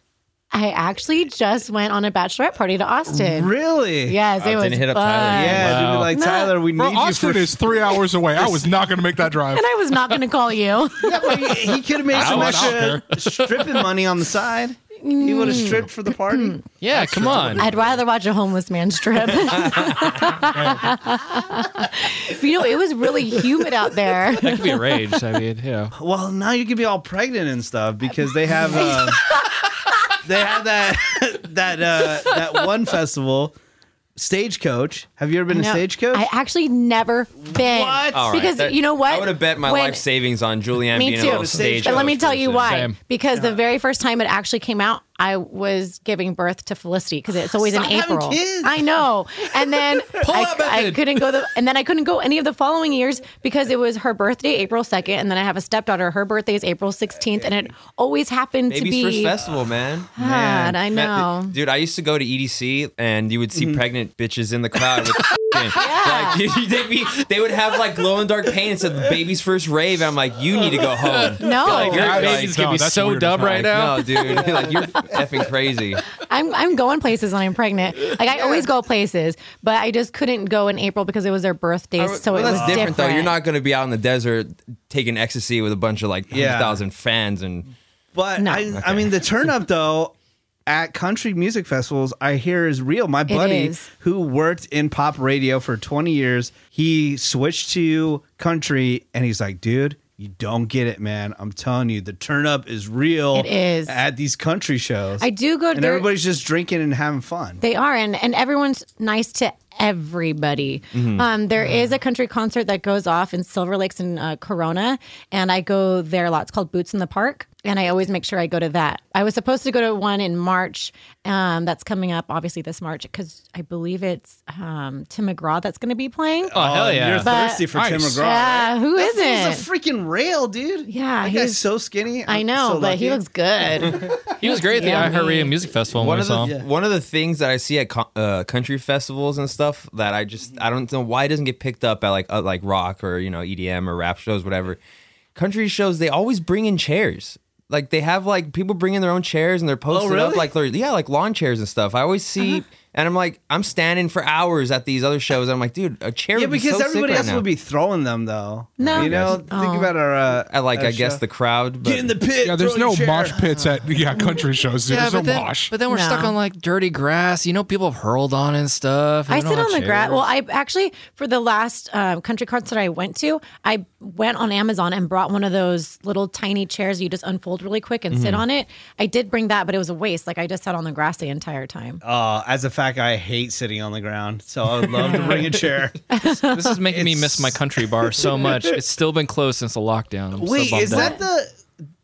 S3: I actually just went on a bachelorette party to Austin.
S1: Really?
S3: Yes,
S5: I
S3: it was
S5: didn't hit up
S3: fun.
S5: Tyler yet.
S1: Yeah, dude,
S2: Wow.
S1: like Tyler, we
S4: Bro,
S1: need
S4: Austin
S1: you for.
S4: is three hours away. I was not going to make that drive.
S3: And I was not going to call you.
S1: That way he could have made some
S4: want
S1: extra stripping money on the side. He would
S3: Mm.
S1: have stripped for the party.
S2: Yeah, come on.
S3: I'd rather watch a homeless man strip. you know, it was really humid out there.
S2: that could be a rage. I mean, yeah.
S1: Well, now you could be all pregnant and stuff because they have uh, they have that that uh, that one festival, Stagecoach. Have you ever been to
S3: No,
S1: Stagecoach?
S3: I actually never been.
S1: What?
S5: All right,
S3: Because
S5: that-
S3: you know what?
S5: I would have bet my
S3: When-
S5: life savings on Julianne
S3: Me
S5: being a
S3: too.
S5: little stage.
S3: But let me tell you why.
S2: Same.
S3: Because the very first time it actually came out, I was giving birth to Felicity because it's always
S1: Stop
S3: in
S1: having
S3: April.
S1: kids.
S3: I know. And then I,
S2: out
S3: I
S2: method.
S3: couldn't go the and then I couldn't go any of the following years because it was her birthday, April 2nd, and then I have a stepdaughter. Her birthday is April 16th, and it always happened to
S5: Baby's first
S3: be
S5: festival, man.
S3: God, I
S5: Man,
S3: know.
S5: th- dude, I used to go to EDC and you would see
S2: Mm-hmm.
S5: pregnant bitches in the crowd. With Like you, you- they'd be, they would have like glow in the dark paint and said the baby's first rave. I'm like, you need to go home.
S3: No,
S2: Your
S4: I-
S2: baby's
S4: no,
S2: gonna be
S4: that's
S2: so
S4: weird as
S2: dumb
S4: hell.
S2: right
S5: Like,
S2: now.
S5: no, dude, like you're effing crazy.
S3: I'm I'm going places when I'm pregnant. Like I always go places, but I just couldn't go in April because it was their birthday, so
S5: Well,
S3: it
S5: that's
S3: was
S5: different, though. You're not going to be out in the desert taking ecstasy with a bunch of like
S1: Yeah.
S5: 100,000 fans and
S1: But
S3: No.
S1: I, I mean, the turn up though at country music festivals, I hear is real. My buddy
S3: is.
S1: who worked in pop radio for 20 years, he switched to country and he's like, dude, you don't get it, man. I'm telling you, the turn up is real.
S3: It is.
S1: At these country shows.
S3: I do go to
S1: And
S3: their-
S1: everybody's just drinking and having fun.
S3: They are, and and everyone's nice to everybody.
S1: Mm-hmm.
S3: Um, there is a country concert that goes off in Silver Lakes and uh, Corona, and I go there a lot. It's called Boots in the Park, and I always make sure I go to that. I was supposed to go to one in March, um, that's coming up obviously this March because I believe it's um, Tim McGraw that's going to be playing.
S2: Oh hell yeah.
S1: You're thirsty for Tim
S4: Nice.
S1: McGraw. right?
S3: yeah, who
S1: That
S3: isn't?
S1: fool's a freaking rail, dude.
S3: Yeah,
S1: that
S3: he's-
S1: guy's so skinny.
S3: I
S1: I'm
S3: know,
S1: so
S3: but he
S1: lucky.
S3: looks good.
S2: He was great at the
S3: Yeah, me.
S2: iHeartRadio Music Festival. when
S5: One
S2: we
S5: of
S2: saw
S5: the
S2: him.
S5: Um, one of the things that I see at co- uh, country festivals and stuff that I just I don't know why it doesn't get picked up at like uh, like rock or you know EDM or rap shows whatever. Country shows they always bring in chairs. Like they have like people bring in their own chairs and they're posted up
S1: Oh, really? Uh-huh.
S5: like they're- yeah like lawn chairs and stuff. I always see And I'm like, I'm standing for hours at these other shows. I'm like, dude, a chair.
S1: Yeah,
S5: would be
S1: because
S5: so sick
S1: everybody
S5: right
S1: else
S5: now.
S1: would be throwing them though.
S3: No.
S1: you know,
S3: Yes.
S1: think
S3: Oh.
S1: about our. Uh,
S5: I like,
S1: our
S5: I guess
S1: show.
S5: the crowd. But
S1: get in the pit.
S4: Yeah, there's
S1: throw
S4: no
S1: your chair.
S4: mosh pits at yeah country shows. Dude.
S2: Yeah,
S4: there's no
S2: but then,
S4: mosh.
S2: but then we're stuck
S3: No.
S2: on like dirty grass. You know, people have hurled on and stuff. and
S3: I
S2: we don't
S3: sit
S2: have
S3: on the grass.
S2: chairs.
S3: Well, I actually for the last um, country concert I went to, I went on Amazon and brought one of those little tiny chairs you just unfold really quick and sit on it. I did bring that, but it was a waste. Like I just sat on the grass the entire time.
S1: Uh, as a fact, I hate sitting on the ground, so I would love to bring a chair.
S2: this is making me miss my country bar so much. It's still been closed since the lockdown. I'm so
S1: Wait,
S2: bummed
S1: is that
S2: out.
S1: the?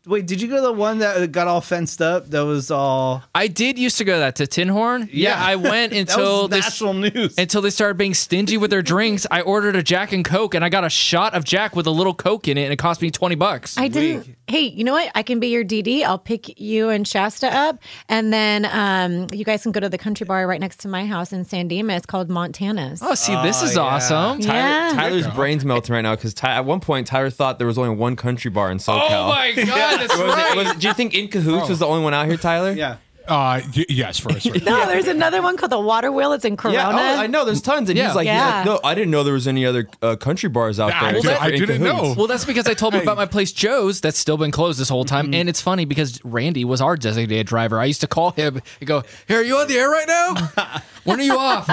S1: Wait, did you go to the one that got all fenced up? That was all.
S2: I did used to go to that to Tin Horn. Yeah, I went
S1: That
S2: until
S1: was
S2: they
S1: national news.
S2: until they started being stingy with their drinks. I ordered a Jack and Coke, and I got a shot of Jack with a little Coke in it, and it cost me twenty bucks.
S3: I didn't. Hey, you know what? I can be your DD. I'll pick you and Shasta up, and then um, you guys can go to the country bar right next to my house in San Dimas called Montana's.
S2: oh, see, this is awesome.
S3: yeah.
S5: Tyler's brain's melting right now because Ty- at one point Tyler thought there was only one country bar in SoCal.
S2: Oh my god, that's
S5: Was
S2: right.
S5: it, was it- do you think In Cahoots was the only one out here, Tyler?
S1: yeah.
S4: Uh, y- yes, for us. right.
S3: No, there's another one called the Water Wheel. It's in Corona.
S5: Yeah, oh, I know. There's tons. And
S2: Yeah.
S5: he's like, he's
S3: Yeah.
S5: like, no, I didn't know there was any other uh, country bars out
S4: I
S5: there.
S4: did-
S5: except for
S4: I
S5: In
S4: didn't
S5: Cahoots."
S4: know.
S2: Well, that's because I told him about my place Joe's that's still been closed this whole time. And it's funny because Randy was our designated driver. I used to call him and go, Hey, are you on the air right now? when are you off?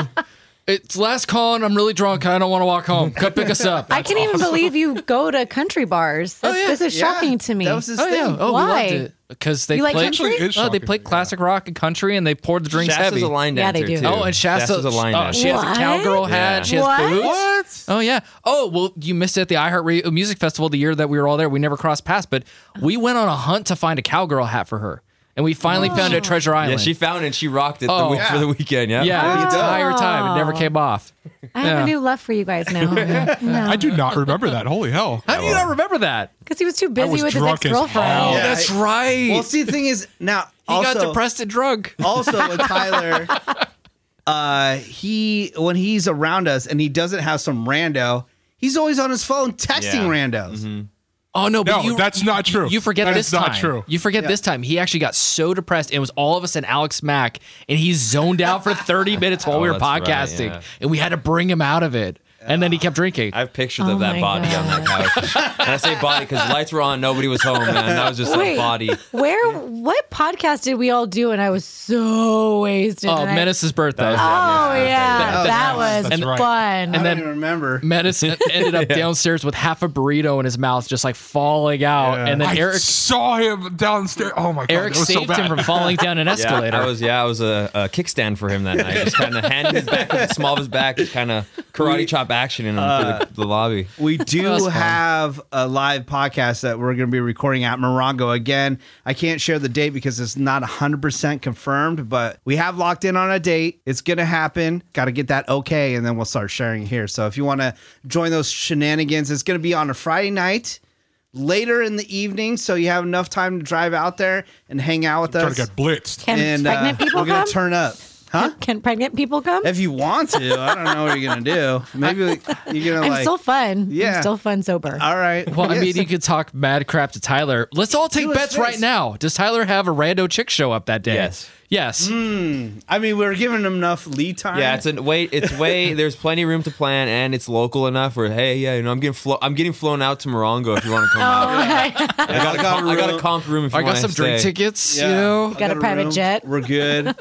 S2: It's last call and I'm really drunk. I don't want to walk home. Come pick us up.
S3: I can't even believe you go to country bars. That's,
S2: yeah.
S3: This is
S1: Yeah,
S3: shocking to me.
S1: That was his
S2: Oh,
S1: thing.
S2: yeah. Oh,
S3: Why?
S2: we loved it. Because they
S3: You like
S2: played,
S3: country?
S4: Actually, it is
S2: oh, they
S4: shocking,
S2: played
S4: yeah.
S2: classic rock and country and they poured the drinks
S5: Shasta's
S2: heavy.
S5: a line
S3: Yeah,
S5: dancer.
S3: they do.
S5: Too.
S2: Oh, and Shasta,
S5: Shasta's a line
S2: oh,
S5: dancer.
S2: she has
S3: What?
S2: a cowgirl hat. She has
S3: What?
S2: boots. Oh yeah. Oh well, you missed it at the iHeart Music Festival the year that we were all there. We never crossed paths, but we went on a hunt to find a cowgirl hat for her, and we finally
S3: Oh.
S2: found it at Treasure Island.
S5: Yeah, she found it. and She rocked it the
S2: Oh.
S5: week for the weekend. Yeah.
S2: yeah,
S3: Oh.
S2: the entire time it never came off.
S3: I have
S2: Yeah.
S3: a new love for you guys now.
S4: I do not remember that. Holy hell!
S2: How do you not remember that?
S3: Because he was too busy
S4: was
S3: with his
S4: drunk
S3: ex
S4: as hell.
S2: Oh,
S3: girlfriend.
S1: Yeah.
S2: that's right.
S1: Well, see, the thing is now
S2: he
S1: also,
S2: got depressed and drunk.
S1: also with Tyler, uh, he when he's around us and he doesn't have some rando, he's always on his phone texting
S5: Yeah.
S1: randos.
S2: Oh no, but
S4: No,
S2: you,
S4: that's not true.
S2: You forget
S4: That
S2: this
S4: is not
S2: time.
S4: true.
S2: You forget this time. He actually got so depressed. and It was all of us and Alex Mack, and he zoned out for 30 minutes while we
S5: Oh,
S2: were
S5: that's right,
S2: podcasting,
S5: yeah.
S2: and we had to bring him out of it. And then he kept drinking.
S5: I have pictures
S3: Oh
S5: of that
S3: my
S5: body on that couch. and I say body because lights were on, nobody was home, man. That was just
S3: Wait.
S5: a body.
S3: Where? What podcast did we all do? And I was so wasted.
S2: Oh,
S3: and I-
S2: Menace's birthday.
S3: Oh yeah, that was
S4: That's right.
S3: fun.
S1: I
S2: And
S1: don't
S2: then-
S1: even remember.
S2: Menace ended up downstairs with half a burrito in his mouth, just like falling out. And then
S4: I
S2: Eric
S4: saw him downstairs. Oh my god,
S2: Eric
S4: it was so
S2: saved
S4: bad.
S2: him from falling down an
S5: Yeah,
S2: escalator.
S5: I was yeah, I was a, a kickstand for him that night. Just kind of handed his back, with the small of his back, just kind of karate chop action in him through the, the lobby.
S1: We do
S2: That was fun.
S1: have a live podcast that we're going to be recording at Morongo again. I can't share the date because it's not 100% confirmed, but we have locked in on a date. It's going to happen. Got to get that okay, and then we'll start sharing here. So if you want to join those shenanigans, it's going to be on a Friday night later in the evening. So you have enough time to drive out there and hang out with
S4: Trying
S1: us.
S4: to get blitzed.
S3: Can
S1: and uh,
S3: pregnant people
S1: we're going
S3: come?
S1: to turn up. Huh?
S3: Can pregnant people come?
S1: If you want to, I don't know what you're going to do. Maybe like, you're going to
S3: I'm
S1: like.
S3: still fun.
S1: Yeah.
S3: I'm still fun sober.
S1: all right.
S2: well, I
S1: Yes.
S2: mean, you could talk mad crap to Tyler. Let's all take
S1: Do his
S2: bets right
S1: face.
S2: now. Does Tyler have a rando chick show up that day?
S5: Yes.
S2: Yes.
S4: Hmm.
S1: I mean, we were giving them enough lead time.
S5: Yeah, it's a way. It's way. There's plenty of room to plan, and it's local enough. Where hey, yeah, you know, I'm getting flo- I'm getting flown out to Morongo if you want to come out. I got, a comp- I got a comp room if you
S2: I got
S5: want
S2: some
S5: to
S2: drink
S5: stay.
S2: tickets,
S1: Yeah.
S2: you know.
S1: I
S3: Got a private jet.
S1: We're good.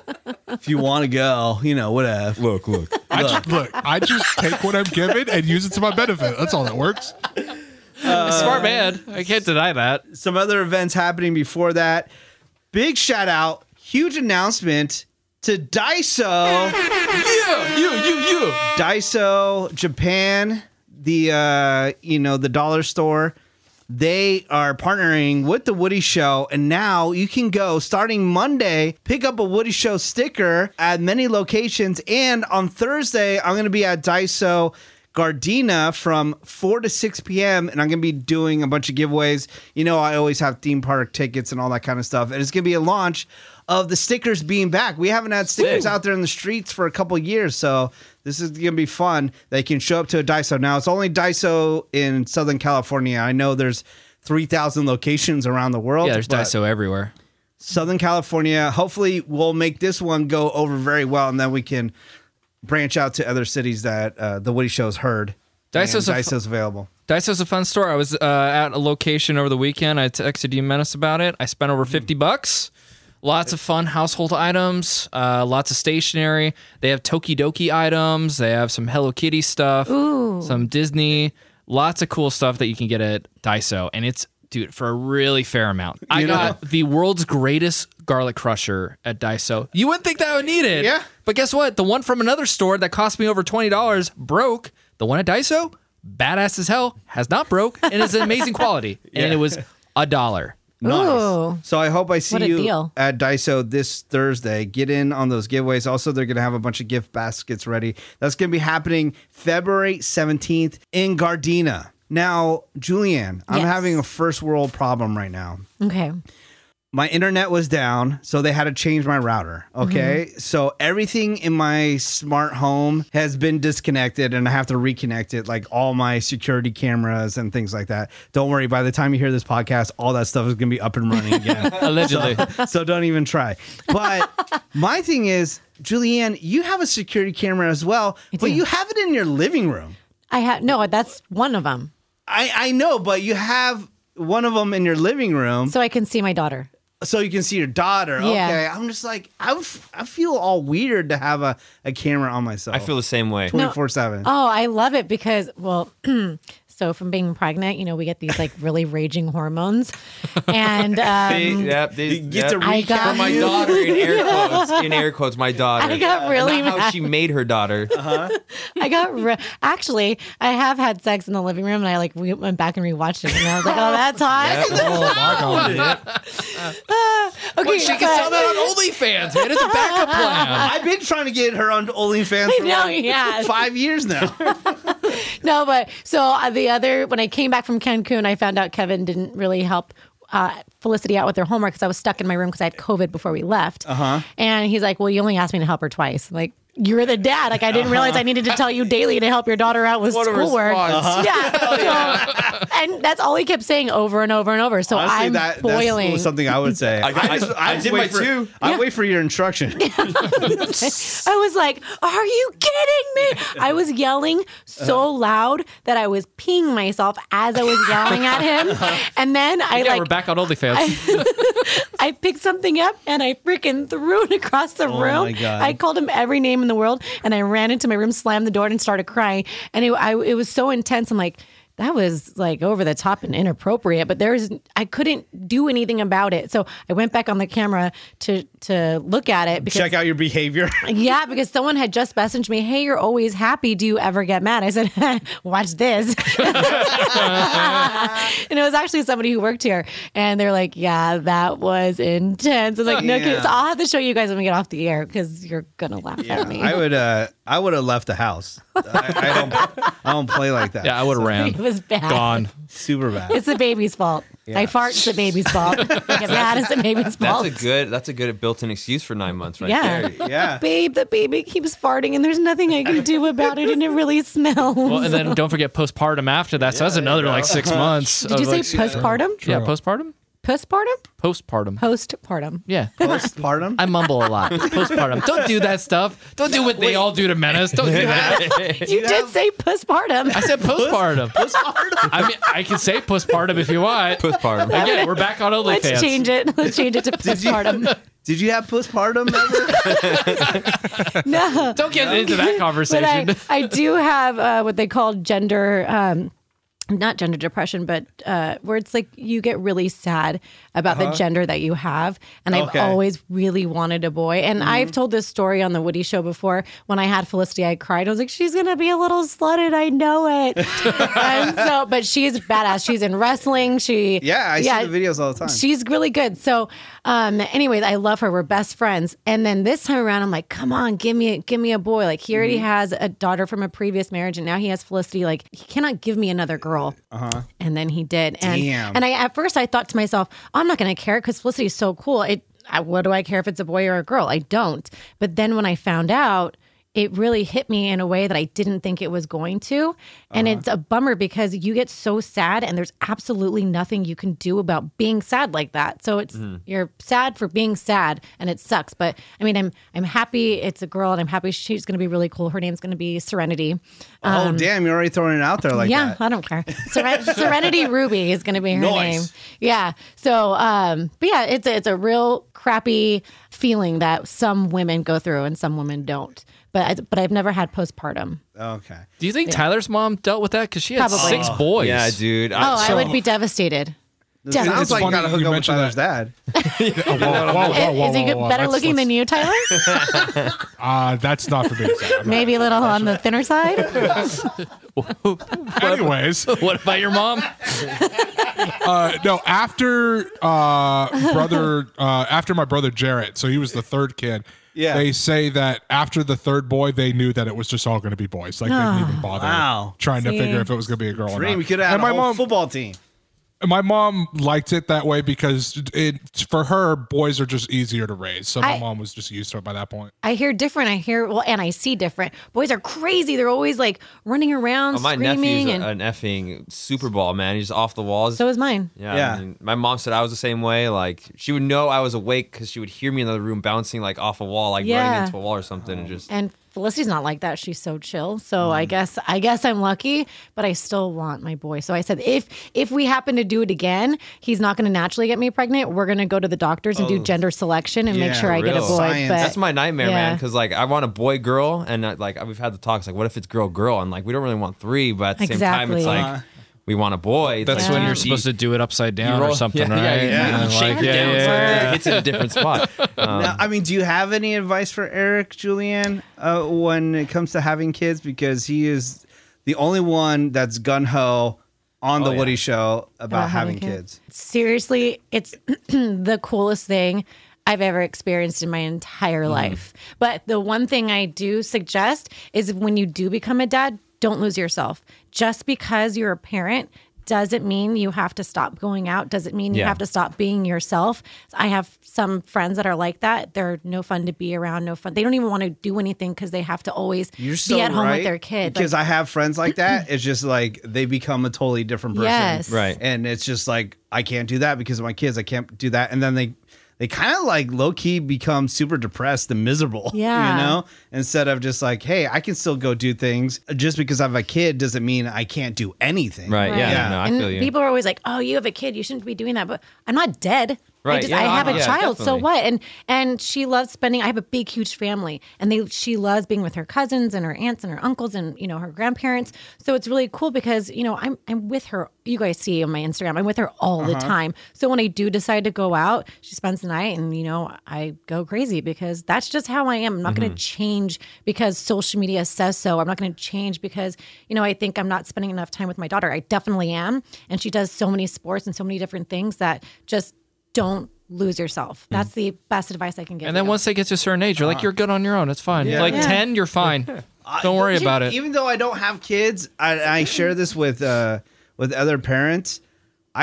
S1: if you want to go, you know, whatever.
S5: Look, look.
S4: I just, look, I just take what I'm given and use it to my benefit. That's all that works.
S2: Smart man. I can't deny that.
S1: Some other events happening before that. Big shout out, huge announcement to Daiso,
S2: Yeah, you, you, you.
S1: Daiso Japan, the uh, you know, the dollar store. They are partnering with the Woody Show, and now you can go starting Monday, pick up a Woody Show sticker at many locations. And on Thursday, I'm going to be at Daiso Gardena from 4 to 6 p.m., and I'm going to be doing a bunch of giveaways. You know, I always have theme park tickets and all that kind of stuff, and it's going to be a launch of the stickers being back. We haven't had stickers out there in the streets for a couple of years, so this is gonna be fun. They can show up to a Daiso now. It's only Daiso in Southern California. I know there's three thousand locations around the world.
S2: Yeah, there's
S1: but
S2: Daiso everywhere.
S1: Southern California. Hopefully, we'll make this one go over very well, and then we can branch out to other cities that uh, the Woody Show's heard.
S2: Daiso's
S1: And
S2: a-
S1: Daiso's available.
S2: Daiso's a fun store. I was uh, at a location over the weekend. I texted you menace about it. I spent over fifty bucks. Lots of fun household items. Uh, lots of stationery. They have Tokidoki items. They have some Hello Kitty stuff. Some Disney. Lots of cool stuff that you can get at Daiso, and it's dude for a really fair amount. I got the world's greatest garlic crusher at Daiso. You wouldn't think that I would need it.
S1: Yeah.
S2: But guess what? The one from another store that cost me over twenty dollars broke. The one at Daiso, badass as hell, has not broke and is amazing quality. And it was a dollar.
S3: Ooh.
S1: So I hope I see
S3: What a
S1: you
S3: deal.
S1: at Daiso this Thursday. Get in on those giveaways. Also, they're going to have a bunch of gift baskets ready. That's going to be happening February 17th in Gardena. Now, Julianne, I'm
S3: Yes.
S1: having a first world problem right now.
S3: Okay.
S1: my internet was down, so they had to change my router. Okay. So everything in my smart home has been disconnected and I have to reconnect it, like all my security cameras and things like that. Don't worry, by the time you hear this podcast, all that stuff is going to be up and running again.
S2: Allegedly.
S1: so don't even try. But my thing is, Julianne, you have a security camera as well, but
S3: do.
S1: you have it in your living room.
S3: I have no. That's one of them,
S1: I, I know, but you have one of them in your living room.
S3: so I can see my daughter.
S1: so you can see your daughter.
S3: Yeah.
S1: Okay. I'm just like, I, f- I feel all weird to have a, a camera on myself.
S5: I feel the same way.
S1: 24 7.
S3: Oh, I love it because, well, so from being pregnant, you know, we get these like really raging hormones, and
S5: See,
S3: um,
S5: yeah, they-
S1: You get to
S5: yeah.
S3: I
S1: recap.
S3: got
S5: For my daughter in air quotes, in air quotes, my daughter.
S3: I got really
S5: Not how
S3: mad.
S5: she made her daughter.
S3: I got re- actually, I have had sex in the living room, and I like re- went back and rewatched it, and I was like, oh, that's hot.
S4: Oh my god!
S3: Okay,
S2: she can
S3: but-
S2: sell that on OnlyFans, man. It's a backup plan.
S1: I've been trying to get her on OnlyFans for
S3: know,
S1: like
S3: yeah.
S1: five years now.
S3: No, but so uh, the other when I came back from Cancun, I found out Kevin didn't really help uh, Felicity out with her homework because I was stuck in my room because I had COVID before we left. Uh-huh. And he's like, "Well, you only asked me to help her twice. I'm like, you're the dad. Like, I didn't realize
S1: Uh-huh.
S3: I needed to tell you daily to help your daughter out with
S5: What a
S3: schoolwork.
S5: response. Oh,
S3: Yeah. So- and that's all he kept saying over and over and over. So
S1: Honestly,
S3: I'm
S1: that,
S3: boiling.
S1: that's something I would say.
S5: I- I- I
S1: just
S5: did
S1: wait
S5: my
S1: for-
S5: two.
S1: I wait for your instruction.
S3: I was like, "Are you kidding me?" I was yelling
S1: Uh-huh.
S3: so loud that I was peeing myself as I was yelling at him, and then I
S2: Yeah,
S3: like
S2: we're back on OnlyFans.
S3: I picked something up and I freaking threw it across the room.
S1: Oh my God.
S3: I called him every name in the world and I ran into my room, slammed the door, and started crying. And it, I, it was so intense. I'm like, that was like over the top and inappropriate, but there's I couldn't do anything about it. So I went back on the camera to to look at it because
S1: Check out your behavior.
S3: yeah, because someone had just messaged me, "Hey, you're always happy. Do you ever get mad?" I said, "Watch this." and it was actually somebody who worked here, and they're like, "Yeah, that was intense." I was like, "No, 'cause I'll have to show you guys when we get off the air because you're gonna laugh at me."
S1: I would uh, I would have left the house. I, I don't I don't play like that.
S2: yeah, I would have ran.
S3: it was bad.
S2: Gone.
S1: Super bad.
S3: It's the baby's fault. I fart. It's the baby's fault. I get mad. It's the baby's
S5: That's
S3: fault.
S5: a good. That's a good built-in excuse for nine months, right
S3: Yeah.
S5: there.
S1: yeah.
S3: Babe, the baby keeps farting, and there's nothing I can do about it, and it really smells.
S2: Well, and then don't forget postpartum after that. So that's another like six months.
S3: Did you say postpartum?
S2: Yeah, postpartum?
S3: Postpartum?
S2: Postpartum.
S3: Postpartum.
S2: yeah.
S1: Postpartum.
S2: I mumble a lot. Postpartum. Don't do that stuff. Don't do what they all do to menace. Don't do that.
S3: You, did say postpartum.
S2: I said postpartum. Postpartum. I mean, I can say postpartum if you want.
S5: Postpartum.
S2: Again, we're back on
S3: Let's
S2: OnlyFans.
S3: change it. Let's change it to postpartum.
S1: Did you have postpartum ever?
S3: no.
S2: Don't get into that
S3: But I,
S2: conversation.
S3: I do have uh, what they call gender, um, not gender depression, but uh, where it's like you get really sad about the gender that you have. And I've
S1: Okay.
S3: always really wanted a boy. And I've told this story on the Woody Show before. When I had Felicity, I cried. I was like, she's going to be a little slutted. I know it. and so, but she's badass. She's in wrestling. She,
S1: yeah, I see the videos all the time.
S3: She's really good. So, um, anyways, I love her. We're best friends. And then this time around, I'm like, come on, give me, a, give me a boy. Like he
S1: Mm-hmm.
S3: already has a daughter from a previous marriage, and now he has Felicity. Like he cannot give me another girl. Uh-huh. And then he did. And
S1: Damn.
S3: and I at first I thought to myself, I'm not going to care because Felicity is so cool. It, I, what do I care if it's a boy or a girl? I don't. But then when I found out. it really hit me in a way that I didn't think it was going to. And it's a bummer because you get so sad and there's absolutely nothing you can do about being sad like that. So it's you're sad for being sad and it sucks. But I mean I'm I'm happy it's a girl and I'm happy she's gonna be really cool. Her name's gonna be Serenity.
S1: oh damn, you're already throwing it out there like
S3: Um, yeah,
S1: that.
S3: I don't care. Seren- Serenity Ruby is going to be her
S1: Nice.
S3: name. Yeah. So, um, but yeah, it's a, it's a real crappy feeling that some women go through and some women don't. But I, but I've never had postpartum.
S1: Okay.
S2: Do you think Tyler's mom dealt with that? Because she had
S3: Probably.
S2: six boys.
S5: Yeah, dude.
S3: Oh,
S5: I,
S3: I would be devastated. Devastated.
S1: Sounds like you
S4: funny
S1: gotta hook
S4: you
S1: up with
S4: mentioned
S1: Tyler's dad.
S4: Whoa, whoa, whoa, whoa, whoa,
S3: is he
S4: whoa, whoa.
S3: better
S4: That's-
S3: looking
S4: that's-
S3: than you, Tyler?
S4: Uh, that's not for me. to say.
S3: Maybe a little on the thinner side.
S4: Anyways,
S2: What about your mom?
S4: uh, no. After uh, brother, uh, after my brother Jarrett, so he was the third kid.
S1: Yeah.
S4: They say that after the third boy, they knew that it was just all going to be boys. Like they didn't even bother
S1: Wow.
S4: trying to
S3: See?
S4: figure if it was going to be a girl
S1: I
S4: or
S1: mean,
S4: not.
S1: we could have had
S4: and
S1: a
S4: my
S1: whole
S4: mom,
S1: football team.
S4: my mom liked it that way because it for her boys are just easier to raise. So my
S3: I-
S4: mom was just used to it by that point.
S3: I hear different. I hear well, and I see different. Boys are crazy. They're always like running around,
S5: Oh, my nephew's
S3: Oh, screaming,
S5: a-
S3: and
S5: an effing Super Bowl man. He's off the walls.
S3: so is mine.
S5: Yeah.
S1: Yeah.
S5: I mean, my mom said I was the same way. Like, she would know I was awake because she would hear me in the other room bouncing, like, off a wall, like
S3: Yeah.
S5: running into a wall or something.
S2: Oh.
S5: And just,
S3: And Felicity's not like that. She's so chill. So I
S5: Mm.
S3: guess I guess I'm lucky, but I still want my boy. So I said if if we happen to do it again, he's not going to naturally get me pregnant. We're going to go to the doctors and do gender selection and
S1: Yeah,
S3: make sure I get a
S5: Oh. real.
S3: boy.
S1: Science.
S3: But
S5: that's my nightmare, man.
S3: yeah.
S5: Because, like, I want a boy, girl. And, uh, like, we've had the talks, like, what if it's girl, girl? And, like, we don't really want three, but at the same time,
S3: Exactly.
S5: it's like, we want a boy. It's
S2: Uh-huh. That's
S5: like,
S2: when
S5: you-
S2: you're supposed to do it upside down
S5: roll-
S2: or something,
S5: yeah,
S2: right?
S5: yeah, yeah.
S2: And
S5: You shake
S2: like,
S5: it
S2: yeah,
S5: down
S2: yeah,
S5: so
S2: yeah.
S5: it hits in a different spot. Um,
S1: Now, Uh, I mean, do you have any advice for Eric, Julianne, uh, when it comes to having kids? Because he is the only one that's gun ho on the
S5: yeah.
S1: Woody Show about,
S3: About having
S1: having kids.
S3: kids. seriously, it's the coolest thing I've ever experienced in my entire
S5: Mm.
S3: life. But the one thing I do suggest is when you do become a dad, don't lose yourself. Just because you're a parent doesn't mean you have to stop going out, doesn't mean you
S5: Yeah.
S3: have to stop being yourself. I have some friends that are like that. They're no fun to be around, no fun. They don't even want to do anything because they have to always
S1: You're
S3: be
S1: so
S3: at home
S1: right,
S3: with their kid. Like,
S1: Because I have friends like that. It's just like they become a totally different person.
S3: Yes.
S5: Right.
S1: And it's just like I can't do that because of my kids. I can't do that. And then they they kind of like low key become super depressed and miserable.
S3: Yeah.
S1: You know? Instead of just like, hey, I can still go do things. Just because I have a kid doesn't mean I can't do anything.
S5: right. Yeah.
S1: Yeah.
S5: No, I
S3: and
S5: feel you.
S3: people are always like, "Oh, you have a kid. You shouldn't be doing that." But I'm not dead. I
S5: Right,
S3: just
S5: yeah,
S3: I have a
S5: yeah,
S3: child. So
S5: definitely.
S3: what? And and she loves spending. I have a big, huge family, and they she loves being with her cousins and her aunts and her uncles and you know her grandparents. So it's really cool because you know I'm I'm with her. You guys see on my Instagram, I'm with her all
S5: Uh-huh.
S3: the time. So when I do decide to go out, she spends the night, and you know I go crazy because that's just how I am. I'm not
S5: Mm-hmm.
S3: going to change because social media says so. I'm not going to change because you know I think I'm not spending enough time with my daughter. I definitely am, and she does so many sports and so many different things that just don't lose yourself.
S1: Mm.
S3: That's the best advice I can give.
S2: And then
S3: you.
S2: once they get to a certain age,
S5: Uh.
S2: you're like, you're good on your own. It's fine. Like 10, you're fine. Don't worry
S1: Even-
S2: about it.
S1: Even though I don't have kids, I, I share this with uh, with other parents.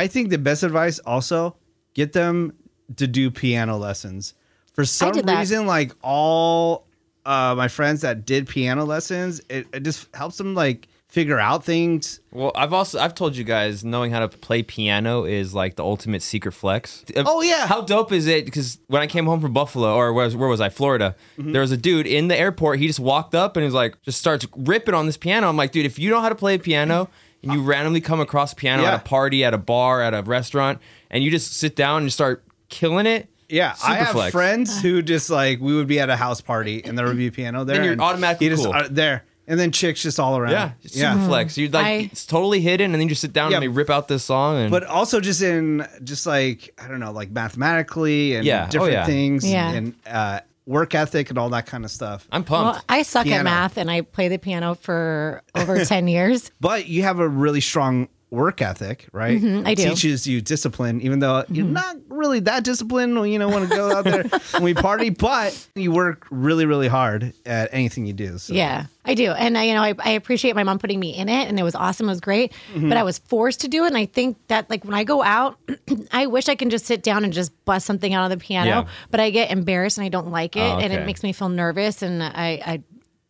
S1: I think the best advice also get them to do piano lessons. For some
S3: did that.
S1: reason, like all uh, my friends that did piano lessons, it, it just helps them like figure out things.
S5: Well, I've also I've told you guys knowing how to play piano is like the ultimate secret flex.
S1: Oh, yeah.
S5: how dope is it? Because when I came home from Buffalo, or where, where was I? Florida.
S1: Mm-hmm.
S5: There was a dude in the airport. He just walked up and he was like, just starts ripping on this piano. I'm like, dude, if you know how to play piano and you randomly come across piano
S1: Yeah.
S5: at a party, at a bar, at a restaurant, and you just sit down and start killing it.
S1: Yeah, I
S5: super
S1: have
S5: flex.
S1: friends who just like we would be at a house party and there would be a piano there,
S5: you're automatically
S1: you just
S5: cool.
S1: are there, and then chicks just all around.
S5: Yeah, it's super flex. You're like
S3: I-
S5: it's totally hidden, and then you just sit down
S1: Yeah.
S5: and they rip out this song. And
S1: but also just in just like I don't know, like mathematically and
S5: Yeah. Oh,
S1: different
S5: yeah.
S1: things
S3: Yeah.
S1: and uh, work ethic and all that kind of stuff.
S5: I'm pumped.
S3: Well, I suck
S1: Piano.
S3: at math and I play the piano for over 10 years.
S1: But you have a really strong work ethic, right?
S3: Mm-hmm, I do. Mm-hmm.
S1: Teaches you discipline, even though you're not really that disciplined. when You know, want to go out there and we party, but you work really, really hard at anything you do. So.
S3: Yeah, I do. And I, you know, I, I appreciate my mom putting me in it and it was awesome. It was great,
S1: Mm-hmm.
S3: but I was forced to do it. And I think that like when I go out, I wish I can just sit down and just bust something out on the piano,
S5: Yeah.
S1: Oh,
S3: but I get embarrassed and I don't like it and
S5: okay.
S3: it makes me feel nervous. And I, I,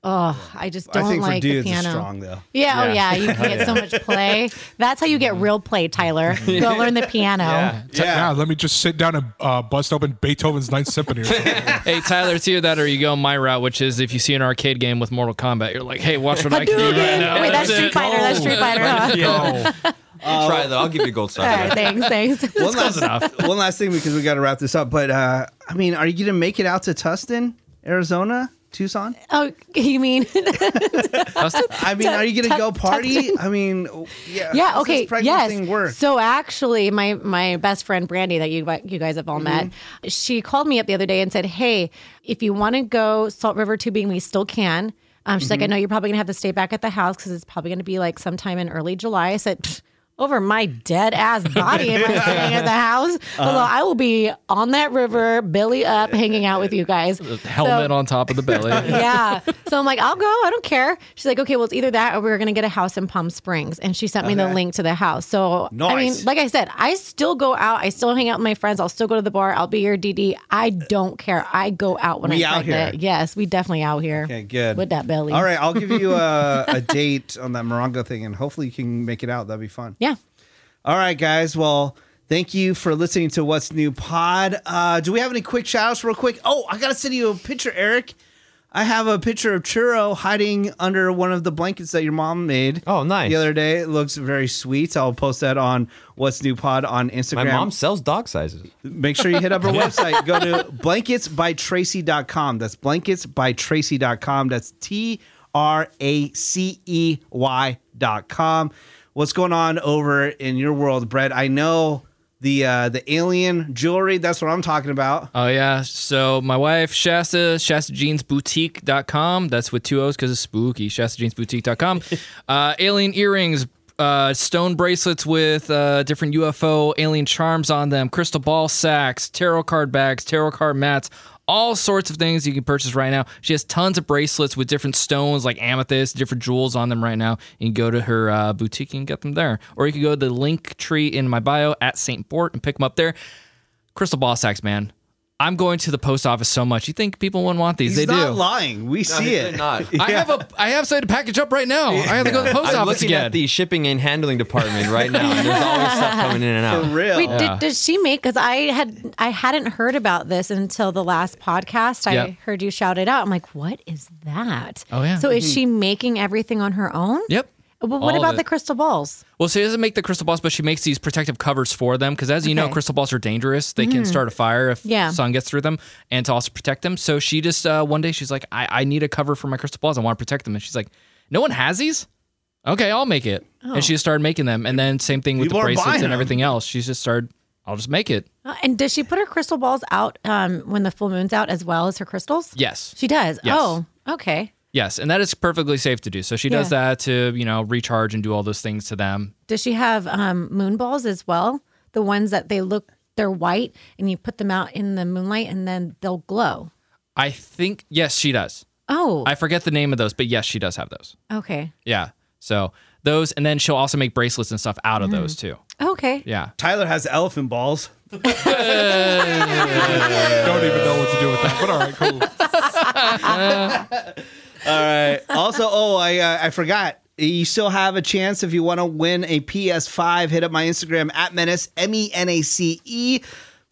S3: Oh, I just
S1: I
S3: don't
S1: think
S3: like
S1: for dudes,
S3: the piano.
S1: it's strong though.
S3: Yeah, oh yeah, you can get so much play. That's how you get real play, Tyler. Go learn the piano.
S4: It's like, yeah. let me just sit down and uh, bust open Beethoven's Ninth Symphony. Or something.
S2: Hey, Tyler, it's either that or you go my route, which is if you see an arcade game with Mortal Kombat, you're like, hey, watch what I can do right now.
S3: Wait, that's
S2: it.
S3: Street Fighter. That's Street Fighter. Huh?
S4: Yo.
S1: uh,
S5: Try though. I'll give you a gold star.
S3: All right, thanks, thanks.
S1: One last, one last thing because we got to wrap this up. But uh, I mean, are you going to make it out to Tustin, Arizona, Tucson?
S3: Oh, you mean?
S1: I mean, are you going to go party? I mean, yeah.
S3: Yeah.
S1: how's
S3: okay.
S1: This pregnant
S3: yes.
S1: Thing work?
S3: So actually, my my best friend Brandy that you you guys have all
S1: Mm-hmm.
S3: met, she called me up the other day and said, "Hey, if you want to go Salt River tubing, we still can." Um,
S1: Mm-hmm.
S3: she's like, "I know you're probably gonna have to stay back at the house because it's probably gonna be like sometime in early July." I said. "Pfft, Over my dead ass body, am I staying at the house? Although
S1: Uh-huh.
S3: I will be on that river, belly up, hanging out with you guys.
S2: Helmet
S3: So-
S2: on top of the belly.
S3: yeah. So I'm like, I'll go. I don't care. She's like, okay, well, it's either that or we're going to get a house in Palm Springs. And she sent me the link to the house. So, I mean,
S1: Nice.
S3: like I said, I still go out. I still hang out with my friends. I'll still go to the bar. I'll be your DD. I don't care. I go out when
S1: We
S3: I'm
S1: out
S3: pregnant. Yes, we definitely out here.
S1: Okay, good.
S3: With that belly.
S1: All right, I'll give you a, a date on that Morongo thing, and hopefully you can make it out. That'd be fun.
S3: Yeah.
S1: All right, guys. Well, thank you for listening to What's New Pod. Uh, do we have any quick shout outs, real quick? Oh, I got to send you a picture, Eric. I have a picture of Churro hiding under one of the blankets that your mom made.
S5: Oh, nice.
S1: The other day. It looks very sweet. I'll post that on What's New Pod on Instagram.
S5: My mom sells dog sizes.
S1: Make sure you hit up our website. Go to blanketsbytracy.com. That's blanketsbytracy.com. That's T R A C E Y dot com. What's going on over in your world, Brett? I know the uh, the alien jewelry. That's what I'm talking about.
S2: Oh yeah. So my wife Shasta, ShastaJeansBoutique.com. That's with two O's because it's spooky. ShastaJeansBoutique.com. uh, alien earrings, uh, stone bracelets with uh, different UFO alien charms on them, crystal ball sacks, tarot card bags, tarot card mats. All sorts of things you can purchase right now. She has tons of bracelets with different stones like amethyst, different jewels on them right now. You can go to her uh, boutique and get them there. Or you can go to the link tree in my bio at St. Port and pick them up there. Crystal ball sacks, man. I'm going to the post office so much. You think people wouldn't want these?
S1: He's
S2: they
S1: not
S2: do.
S1: lying. We see
S5: They're
S1: it.
S5: Not.
S2: I have a I have something to package up right now. I have to go to the post
S5: I'm
S2: office
S5: looking
S2: again.
S5: at the shipping and handling department right now. And there's always stuff coming in and
S1: For
S5: out.
S1: real.
S3: Wait, did, does she make? Because I had I hadn't heard about this until the last podcast. I
S2: Yeah.
S3: heard you shout it out. I'm like, what is that?
S2: Oh, yeah.
S3: So is she making everything on her own?
S2: yep.
S3: Well,
S2: All
S3: what
S2: of
S3: about
S2: it.
S3: the crystal balls?
S2: Well, she doesn't make the crystal balls, but she makes these protective covers for them because, as you know,
S3: Okay. Mm-hmm.
S2: crystal balls are dangerous. They can start a fire if
S3: Yeah.
S2: sun gets through them, and to also protect them. So she just uh, one day she's like, I, "I need a cover for my crystal balls. I want to protect them." And she's like, "No one has these." Okay, I'll make it.
S3: Oh.
S2: And she just started making them, and then same thing with
S1: People
S2: the
S1: are
S2: bracelets
S1: buying them.
S2: and everything else. She's just started. I'll just make it.
S3: Uh, And does she put her crystal balls out um, when the full moon's out as well as her crystals?
S2: Yes.
S3: She does.
S2: Yes.
S3: Oh, okay.
S2: Yes, and that is perfectly safe to do. So she does that to, you know, recharge and do all those things to them.
S3: Does she have um, moon balls as well? The ones that they look, they're white and you put them out in the moonlight and then they'll glow.
S2: I think yes, she does.
S3: Oh,
S2: I forget the name of those, but yes, she does have those.
S3: okay.
S2: Yeah. So those and then she'll also make bracelets and stuff out of those too.
S3: Okay.
S2: Yeah.
S1: Tyler has elephant balls.
S4: Don't even know what to do with that. But all right, cool.
S1: All right. Also, oh, I uh, I forgot. You still have a chance if you want to win a PS5. Hit up my Instagram at menace m e n a c e.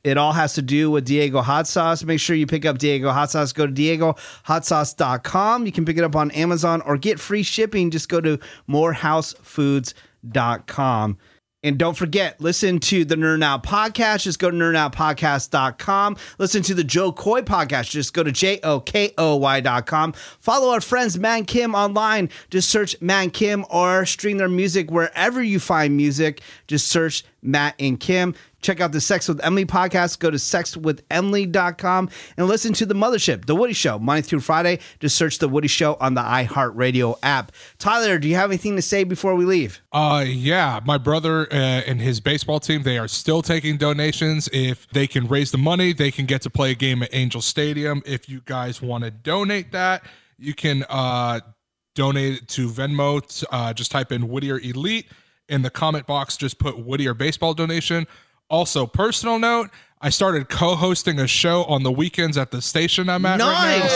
S1: It all has to do with Diego Hot Sauce. Make sure you pick up Diego Hot Sauce. Go to DiegoHotSauce.com. You can pick it up on Amazon or get free shipping. Just go to morehousefoods.com. And don't forget, listen to the Nerd Out Podcast. Just go to nerdoutpodcast.com. Listen to the Joe Coy Podcast. Just go to J-O-K-O-Y.com. Follow our friends, Man Kim, online. Just search Man Kim or stream their music wherever you find music. Just search Matt and Kim. Check out the Sex with Emily podcast. Go to sexwithemily.com and listen to The Mothership, The Woody Show, Monday through Friday. Just search The Woody Show on the iHeartRadio app. Tyler, do you have anything to say before we leave?
S4: Uh, yeah, my brother uh, and his baseball team, they are still taking donations. If they can raise the money, they can get to play a game at Angel Stadium. If you guys want to donate that, you can uh, donate it to Venmo. Uh, just type in Whittier Elite. In the comment box, just put Whittier Baseball donation. Also, personal note, I started co hosting a show on the weekends at the station I'm at right now.
S1: Nice.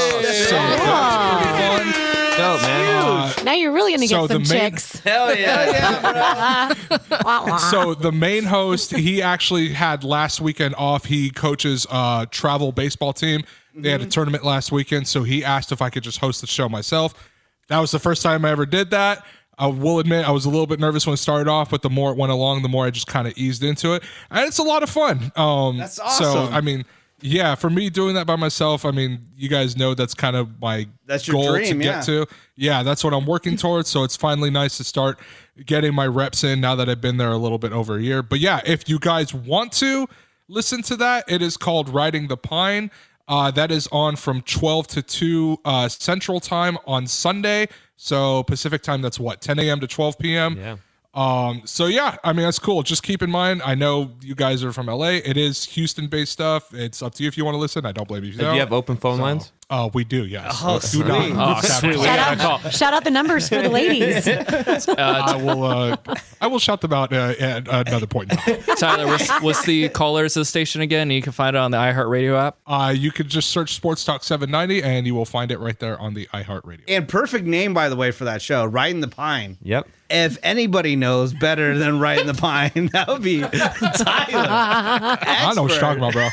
S4: So that was pretty fun.
S5: dope, man.
S3: Now you're really gonna
S4: So
S3: get some
S4: the main-
S3: chicks.
S5: Hell yeah.
S3: Wah, wah.
S4: so the main host he actually had last weekend off he coaches uh travel baseball team they
S1: Mm-hmm.
S4: had a tournament last weekend so he asked if i could just host the show myself that was the first time i ever did that i will admit i was a little bit nervous when it started off but the more it went along the more i just kind of eased into it and it's a lot of fun um
S1: That's
S4: so
S1: awesome.
S4: i mean yeah for me doing that by myself i mean you guys know that's kind of my
S1: That's your
S4: goal
S1: dream,
S4: to
S1: yeah.
S4: get to to. Yeah, that's what I'm working towards. So it's finally nice to start getting my reps in now that I've been there a little bit over a year. But yeah, if you guys want to listen to that, it is called Riding the Pine. Uh, that is on from 12 to 2 uh, Central Time on Sunday. So Pacific Time, that's what, 10 a.m. to 12 p.m.? Yeah. Um, so yeah, I mean that's cool. Just keep in mind, I know you guys are from LA. It is Houston-based stuff. It's up to you if you want to listen. I don't blame you. If you
S5: Do
S4: don't.
S5: you have open phone lines?
S4: Uh, we do, yes.
S1: Oh,
S4: do
S1: sweet.
S4: not.
S3: Shout out, shout out the numbers for the ladies.
S4: I will. Uh, I will shout them out uh, at another point. in time.
S2: Tyler, what's, what's the callers of the station again? You can find it on the iHeartRadio app.
S4: Uh, you could just search Sports Talk 790, and you will find it right there on the iHeartRadio.
S1: And perfect name, by the way, for that show, Riding the Pine.
S5: Yep.
S1: If anybody knows better than Riding the Pine, that would be Tyler.
S4: I don't know what you're talking about, bro.